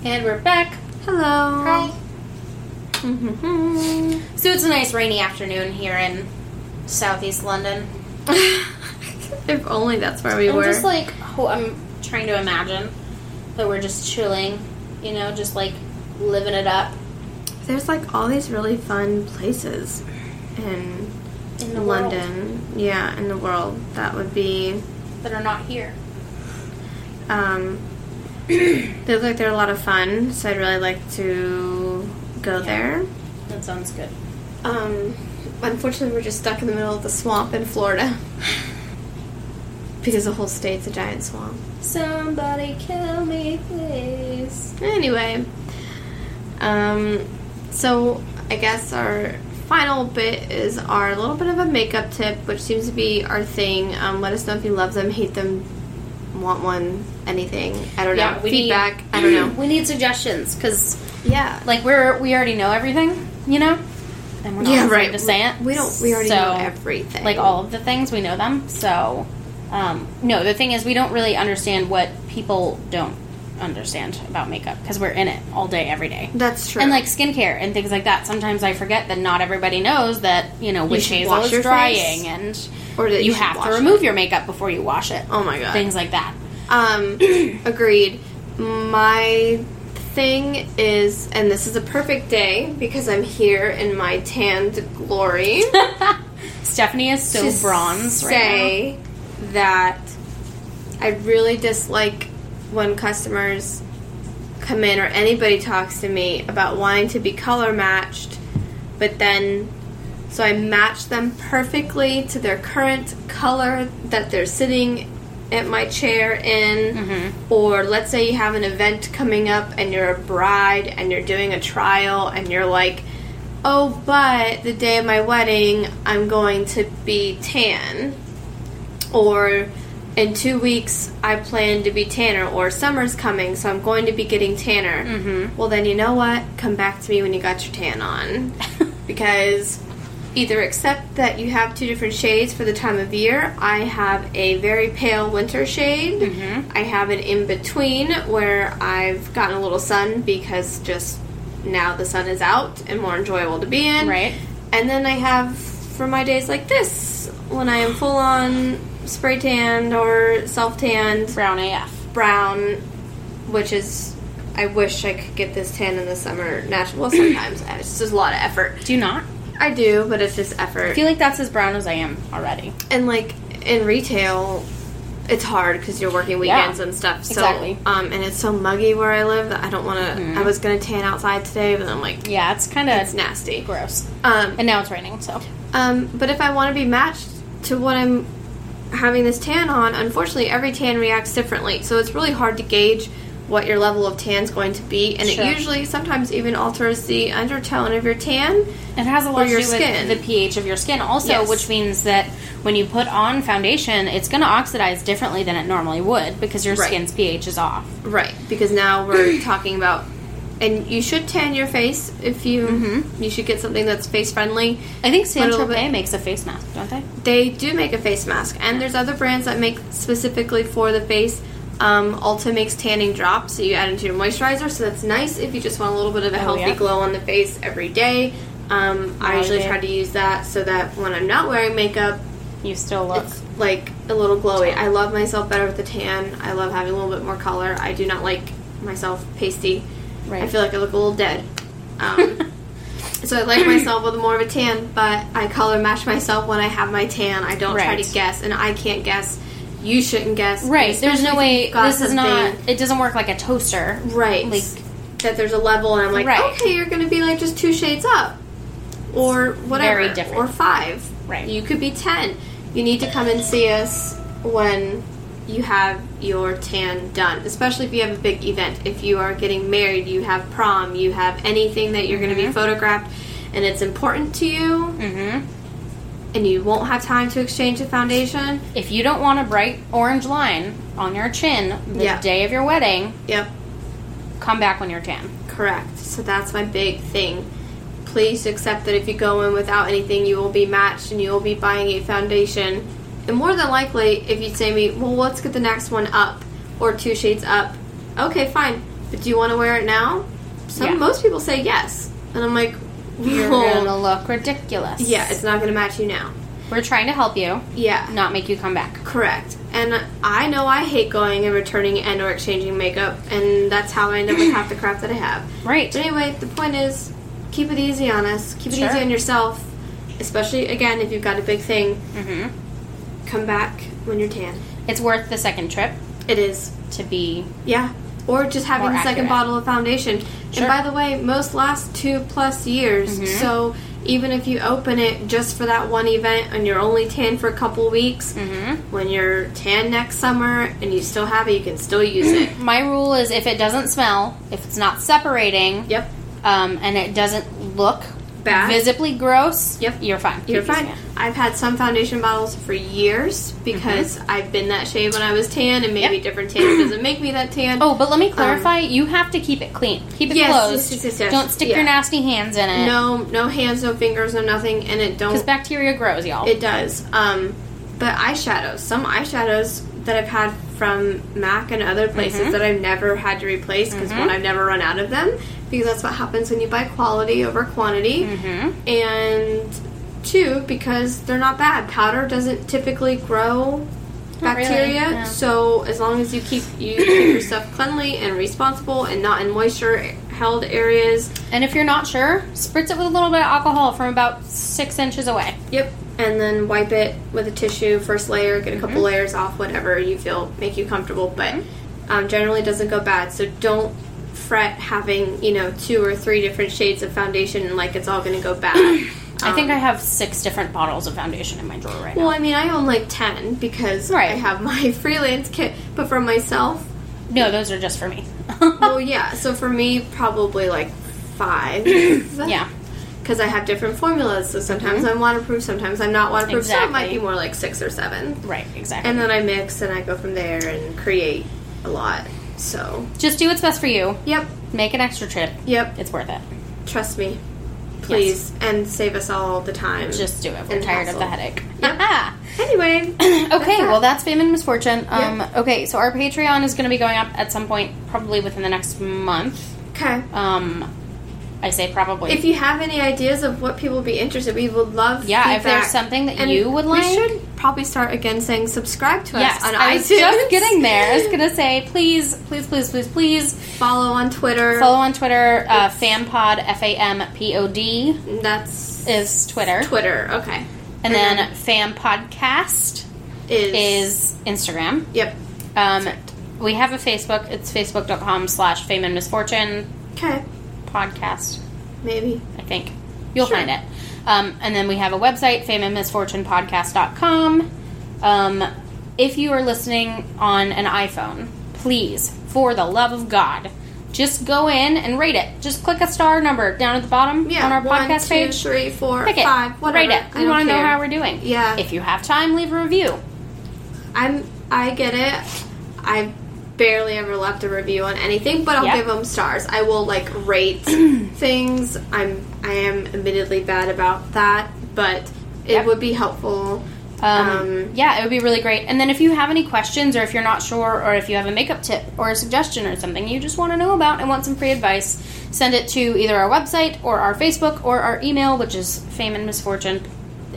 Speaker 7: And we're back.
Speaker 8: Hello.
Speaker 7: Mm-hmm. So it's a nice rainy afternoon here in southeast London.
Speaker 8: if only that's where we
Speaker 7: I'm
Speaker 8: were.
Speaker 7: just like, oh, I'm trying to imagine that we're just chilling, you know, just like living it up
Speaker 8: There's like all these really fun places in
Speaker 7: in the world
Speaker 8: London. Yeah, in the world. That would be.
Speaker 7: that are not here.
Speaker 8: Um, they look like they're a lot of fun, so I'd really like to go there.
Speaker 7: That sounds good.
Speaker 8: Um, unfortunately, we're just stuck in the middle of the swamp in Florida because the whole state's a giant swamp.
Speaker 7: Somebody kill me, please.
Speaker 8: Anyway, um, so I guess our final bit is our little bit of a makeup tip, which seems to be our thing. Um, let us know if you love them, hate them, want one, anything. I don't know. Feedback.
Speaker 7: Need,
Speaker 8: I don't know.
Speaker 7: We need suggestions because
Speaker 8: Yeah.
Speaker 7: like we're we already know everything, you know. And we're not
Speaker 8: Yeah,
Speaker 7: afraid
Speaker 8: right.
Speaker 7: to say it.
Speaker 8: We don't. We already
Speaker 7: So,
Speaker 8: know everything.
Speaker 7: Like all of the things we know them. So um, no, the thing is we don't really understand what people don't understand about makeup because we're in it all day, every day.
Speaker 8: That's true.
Speaker 7: And like skincare and things like that. Sometimes I forget that not everybody knows that you know witch
Speaker 8: should
Speaker 7: hazel
Speaker 8: wash
Speaker 7: is
Speaker 8: your
Speaker 7: drying
Speaker 8: face.
Speaker 7: and
Speaker 8: Or that
Speaker 7: you,
Speaker 8: you should
Speaker 7: have to
Speaker 8: wash
Speaker 7: remove your makeup before you wash it.
Speaker 8: Oh my God.
Speaker 7: Things like that.
Speaker 8: Um, agreed. My thing is, and this is a perfect day because I'm here in my tanned glory.
Speaker 7: Stephanie is so
Speaker 8: to
Speaker 7: bronze right
Speaker 8: say that I really dislike when customers come in or anybody talks to me about wanting to be color matched, but then so I match them perfectly to their current color that they're sitting at my chair in. Or let's say you have an event coming up and you're a bride and you're doing a trial and you're like, oh, but the day of my wedding, I'm going to be tan. Or in two weeks, I plan to be tanner. Or summer's coming, so I'm going to be getting tanner. Mm-hmm. Well, then you know what? Come back to me when you got your tan on. because either accept that you have two different shades for the time of year. I have a very pale winter shade. I have an in between where I've gotten a little sun because just now the sun is out and more enjoyable to be in.
Speaker 7: Right.
Speaker 8: And then I have for my days like this when I am full on spray tanned or self tanned
Speaker 7: brown AF.
Speaker 8: brown, which is I wish I could get this tan in the summer natural. Well, sometimes it's just a lot of effort.
Speaker 7: Do you not?
Speaker 8: I do, but it's just effort.
Speaker 7: I feel like that's as brown as I am already.
Speaker 8: and like in retail, it's hard because you're working weekends and stuff. So,
Speaker 7: exactly.
Speaker 8: Um, and it's so muggy where I live that I don't want to. I was gonna tan outside today, but I'm like,
Speaker 7: Yeah, it's kind of
Speaker 8: it's nasty.
Speaker 7: gross.
Speaker 8: Um,
Speaker 7: And now it's raining, so
Speaker 8: um, but if I want to be matched to what I'm having this tan on, unfortunately, every tan reacts differently. So it's really hard to gauge what your level of tan is going to be, and
Speaker 7: Sure.
Speaker 8: it usually sometimes even alters the undertone of your tan.
Speaker 7: it has a lot
Speaker 8: Or
Speaker 7: to
Speaker 8: your
Speaker 7: do
Speaker 8: skin.
Speaker 7: with the pH of your skin, also,
Speaker 8: Yes.
Speaker 7: which means that when you put on foundation, it's going to oxidize differently than it normally would because your
Speaker 8: Right.
Speaker 7: skin's pH is off.
Speaker 8: Right, because now we're talking about, and you should tan your face if you. You should get something that's face friendly.
Speaker 7: Mm-hmm. I think San
Speaker 8: little
Speaker 7: Tropez
Speaker 8: bit-
Speaker 7: makes a face mask, don't they?
Speaker 8: They do make a face mask, and there's other brands that make specifically for the face. Um, Ulta makes tanning drops, so you add into your moisturizer, so that's nice if you just want a little bit of a healthy
Speaker 7: Oh, yeah.
Speaker 8: glow on the face every day. Um, I
Speaker 7: Love
Speaker 8: usually
Speaker 7: it.
Speaker 8: try to use that so that when I'm not wearing makeup,
Speaker 7: You still look.
Speaker 8: it's like a little glowy. I love myself better with the tan. I love having a little bit more color. I do not like myself pasty.
Speaker 7: Right.
Speaker 8: I feel like I look a little dead. Um, so I like myself with more of a tan, but I color match myself when I have my tan. I don't try
Speaker 7: Right.
Speaker 8: to guess, and I can't guess. You shouldn't guess.
Speaker 7: right. There's
Speaker 8: Especially
Speaker 7: no
Speaker 8: if
Speaker 7: way.
Speaker 8: you've got
Speaker 7: This is not.
Speaker 8: something-
Speaker 7: It doesn't work like a toaster.
Speaker 8: right.
Speaker 7: Like
Speaker 8: that there's a level, and I'm like,
Speaker 7: Right.
Speaker 8: okay, you're going to be like just two shades up, or whatever,
Speaker 7: very different.
Speaker 8: or five.
Speaker 7: Right.
Speaker 8: You could be ten. You need to come and see us when you have your tan done, especially if you have a big event. If you are getting married, you have prom, you have anything that you're
Speaker 7: Mm-hmm.
Speaker 8: going to be photographed, and it's important to you. Mm-hmm. And you won't have time to exchange the foundation.
Speaker 7: if you don't want a bright orange line on your chin the
Speaker 8: Yeah.
Speaker 7: day of your wedding,
Speaker 8: Yep.
Speaker 7: come back when you're tan.
Speaker 8: Correct. So that's my big thing. Please accept that if you go in without anything, you will be matched and you will be buying a foundation. And more than likely, if you say to me, well, let's get the next one up or two shades up, okay, fine. But do you want to wear it now? Some
Speaker 7: Yeah.
Speaker 8: most people say yes, and I'm like,
Speaker 7: You're
Speaker 8: well,
Speaker 7: gonna look ridiculous.
Speaker 8: yeah, it's not gonna match you now.
Speaker 7: We're trying to help you,
Speaker 8: Yeah,
Speaker 7: not make you come back.
Speaker 8: Correct. And I know I hate going and returning and or exchanging makeup, and that's how I end up with half the crap that I have.
Speaker 7: Right.
Speaker 8: But anyway, the point is, keep it easy on us. Keep it
Speaker 7: Sure.
Speaker 8: easy on yourself, especially again if you've got a big thing.
Speaker 7: Mhm.
Speaker 8: Come back when you're tan.
Speaker 7: It's worth the second trip
Speaker 8: It is.
Speaker 7: to be
Speaker 8: Yeah. or just having
Speaker 7: More
Speaker 8: the second
Speaker 7: accurate.
Speaker 8: bottle of foundation.
Speaker 7: Sure.
Speaker 8: And by the way, most last two plus years.
Speaker 7: Mhm.
Speaker 8: So even if you open it just for that one event and you're only tan for a couple weeks,
Speaker 7: Mm-hmm.
Speaker 8: when you're tan next summer and you still have it, you can still use it.
Speaker 7: My rule is if it doesn't smell, if it's not separating,
Speaker 8: yep,
Speaker 7: um, and it doesn't look
Speaker 8: Bad.
Speaker 7: visibly gross,
Speaker 8: Yep.
Speaker 7: you're fine.
Speaker 8: You're
Speaker 7: Keep using
Speaker 8: fine.
Speaker 7: it.
Speaker 8: I've had some foundation bottles for years because I've been that shade when I was tan, and maybe
Speaker 7: Mm-hmm. Yep.
Speaker 8: different tan doesn't make me that tan.
Speaker 7: Oh, but let me clarify. you have to keep it clean. Keep it
Speaker 8: Um, Yes, yes,
Speaker 7: closed.
Speaker 8: yes, yes, yes.
Speaker 7: Don't stick
Speaker 8: Yeah.
Speaker 7: your nasty hands in it.
Speaker 8: no, no hands, no fingers, no nothing, and it
Speaker 7: because
Speaker 8: don't.
Speaker 7: bacteria grows, y'all.
Speaker 8: It does. Um, but eyeshadows, some eyeshadows that I've had from Mac and other places
Speaker 7: Mm-hmm.
Speaker 8: that I've never had to replace because one, I've never run out of them because that's what happens when you buy quality over quantity,
Speaker 7: Mm-hmm.
Speaker 8: and two, because they're not bad. Powder doesn't typically grow
Speaker 7: Not really,
Speaker 8: bacteria,
Speaker 7: no.
Speaker 8: so as long as you keep you keep your stuff cleanly and responsible and not in moisture held areas.
Speaker 7: and if you're not sure, spritz it with a little bit of alcohol from about six inches away.
Speaker 8: Yep. And then wipe it with a tissue, first layer, get a couple
Speaker 7: Mm-hmm.
Speaker 8: layers off, whatever you feel make you comfortable, but
Speaker 7: Mm-hmm.
Speaker 8: um, generally doesn't go bad. So don't fret having, you know, two or three different shades of foundation and like it's all going to go bad.
Speaker 7: I
Speaker 8: Um,
Speaker 7: think I have six different bottles of foundation in my drawer right
Speaker 8: Well,
Speaker 7: now.
Speaker 8: I mean, I own like 10 because
Speaker 7: Right.
Speaker 8: I have my freelance kit, but for myself,
Speaker 7: No, those are just for me.
Speaker 8: well, yeah. So for me, probably like five.
Speaker 7: yeah. Mm-hmm.
Speaker 8: Because I have different formulas. So sometimes I'm waterproof, sometimes I'm not waterproof. So it might
Speaker 7: Exactly.
Speaker 8: be more like six or seven.
Speaker 7: Right, exactly.
Speaker 8: and then I mix and I go from there and create a lot. So,
Speaker 7: just do what's best for you.
Speaker 8: yep,
Speaker 7: Make an extra trip.
Speaker 8: yep,
Speaker 7: It's worth it.
Speaker 8: trust me. Please and save us all the time.
Speaker 7: Just do it. We're
Speaker 8: And
Speaker 7: tired of the
Speaker 8: hassle.
Speaker 7: headache.
Speaker 8: anyway.
Speaker 7: okay,
Speaker 8: that.
Speaker 7: well, that's fame and misfortune. Um,
Speaker 8: Yep.
Speaker 7: Okay, so our Patreon is going to be going up at some point, probably within the next month.
Speaker 8: Okay.
Speaker 7: Um, I say probably.
Speaker 8: If you have any ideas of what people would be interested, we would love.
Speaker 7: Yeah, if
Speaker 8: feedback.
Speaker 7: there's something that
Speaker 8: And
Speaker 7: you would like-
Speaker 8: we should probably start again saying subscribe to
Speaker 7: yes,
Speaker 8: us on
Speaker 7: I was
Speaker 8: iTunes.
Speaker 7: just getting there. I was going to say, please, please, please, please, please
Speaker 8: Follow on Twitter.
Speaker 7: follow on Twitter. Uh, FamPod, F A M P O D
Speaker 8: That's
Speaker 7: is Twitter,
Speaker 8: Twitter. Okay.
Speaker 7: and then Fam Podcast
Speaker 8: Is,
Speaker 7: is Instagram.
Speaker 8: yep.
Speaker 7: Um, we have a Facebook. It's facebook.com slash fame and misfortune
Speaker 8: Okay.
Speaker 7: podcast.
Speaker 8: Maybe.
Speaker 7: I think. You'll find it. Um, and then we have a website, fameandmisfortunepodcast.com. Um, if you are listening on an iPhone, please, for the love of God, just go in and rate it. Just click a star number down at the bottom
Speaker 8: Yeah.
Speaker 7: on our
Speaker 8: one,
Speaker 7: podcast
Speaker 8: two,
Speaker 7: page.
Speaker 8: three, four,
Speaker 7: Pick it.
Speaker 8: five, whatever.
Speaker 7: Rate it.
Speaker 8: I
Speaker 7: We
Speaker 8: don't
Speaker 7: want to know
Speaker 8: care.
Speaker 7: how we're doing.
Speaker 8: Yeah.
Speaker 7: If you have time, leave a review.
Speaker 8: I'm I get it. I barely ever left a review on anything, but I'll
Speaker 7: Yeah.
Speaker 8: give them stars. I will like rate things. I'm I am admittedly bad about that, but it
Speaker 7: Yep.
Speaker 8: would be helpful.
Speaker 7: Um,
Speaker 8: Um,
Speaker 7: yeah, it would be really great. And then if you have any questions, or if you're not sure, or if you have a makeup tip or a suggestion or something you just want to know about and want some free advice, send it to either our website or our Facebook or our email, which is fame and misfortune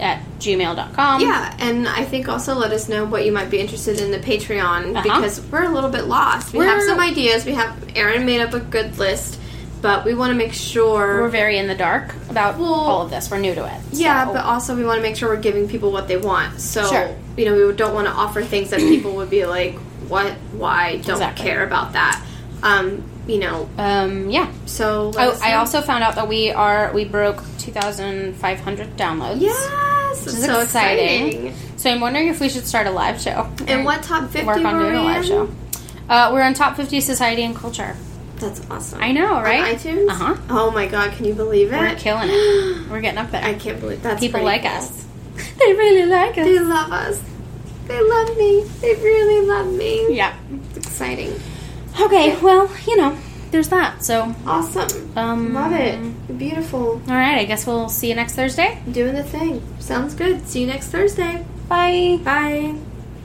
Speaker 7: at gmail.com.
Speaker 8: Yeah, and I think also let us know what you might be interested in the Patreon
Speaker 7: Uh-huh.
Speaker 8: because we're a little bit lost. We have
Speaker 7: We're-
Speaker 8: some ideas. We have Aaron made up a good list, but we want to make sure
Speaker 7: We're very in the dark about
Speaker 8: Well-
Speaker 7: all of this. We're new to it.
Speaker 8: Yeah,
Speaker 7: So-
Speaker 8: but also we want to make sure we're giving people what they want. So,
Speaker 7: Sure.
Speaker 8: you know, we don't want to offer things that people would be like, what, why, don't
Speaker 7: Exactly.
Speaker 8: care about that. Um, you know,
Speaker 7: um, yeah.
Speaker 8: so. let
Speaker 7: Oh,
Speaker 8: us
Speaker 7: I
Speaker 8: know.
Speaker 7: also found out that we are we broke 2,500 downloads.
Speaker 8: Yes!
Speaker 7: Which
Speaker 8: it's
Speaker 7: is so exciting. So I'm wondering if we should start a live show.
Speaker 8: And what top 50
Speaker 7: work on
Speaker 8: were
Speaker 7: doing a
Speaker 8: we
Speaker 7: live
Speaker 8: in?
Speaker 7: show. Uh, we're on top 50 society and culture.
Speaker 8: That's awesome.
Speaker 7: I know, right?
Speaker 8: On iTunes?
Speaker 7: Uh-huh.
Speaker 8: Oh my god, can you believe it?
Speaker 7: We're killing it. We're getting up there.
Speaker 8: I can't believe that's
Speaker 7: People
Speaker 8: pretty
Speaker 7: like
Speaker 8: cool.
Speaker 7: us. They really like us.
Speaker 8: They love us. They love me. They really love me.
Speaker 7: Yeah.
Speaker 8: It's exciting.
Speaker 7: Okay. Well, you know, there's that. So,
Speaker 8: Awesome.
Speaker 7: um,
Speaker 8: love it. Beautiful.
Speaker 7: All right. I guess we'll see you next Thursday.
Speaker 8: Doing the thing. Sounds good. See you next Thursday.
Speaker 7: Bye.
Speaker 8: Bye.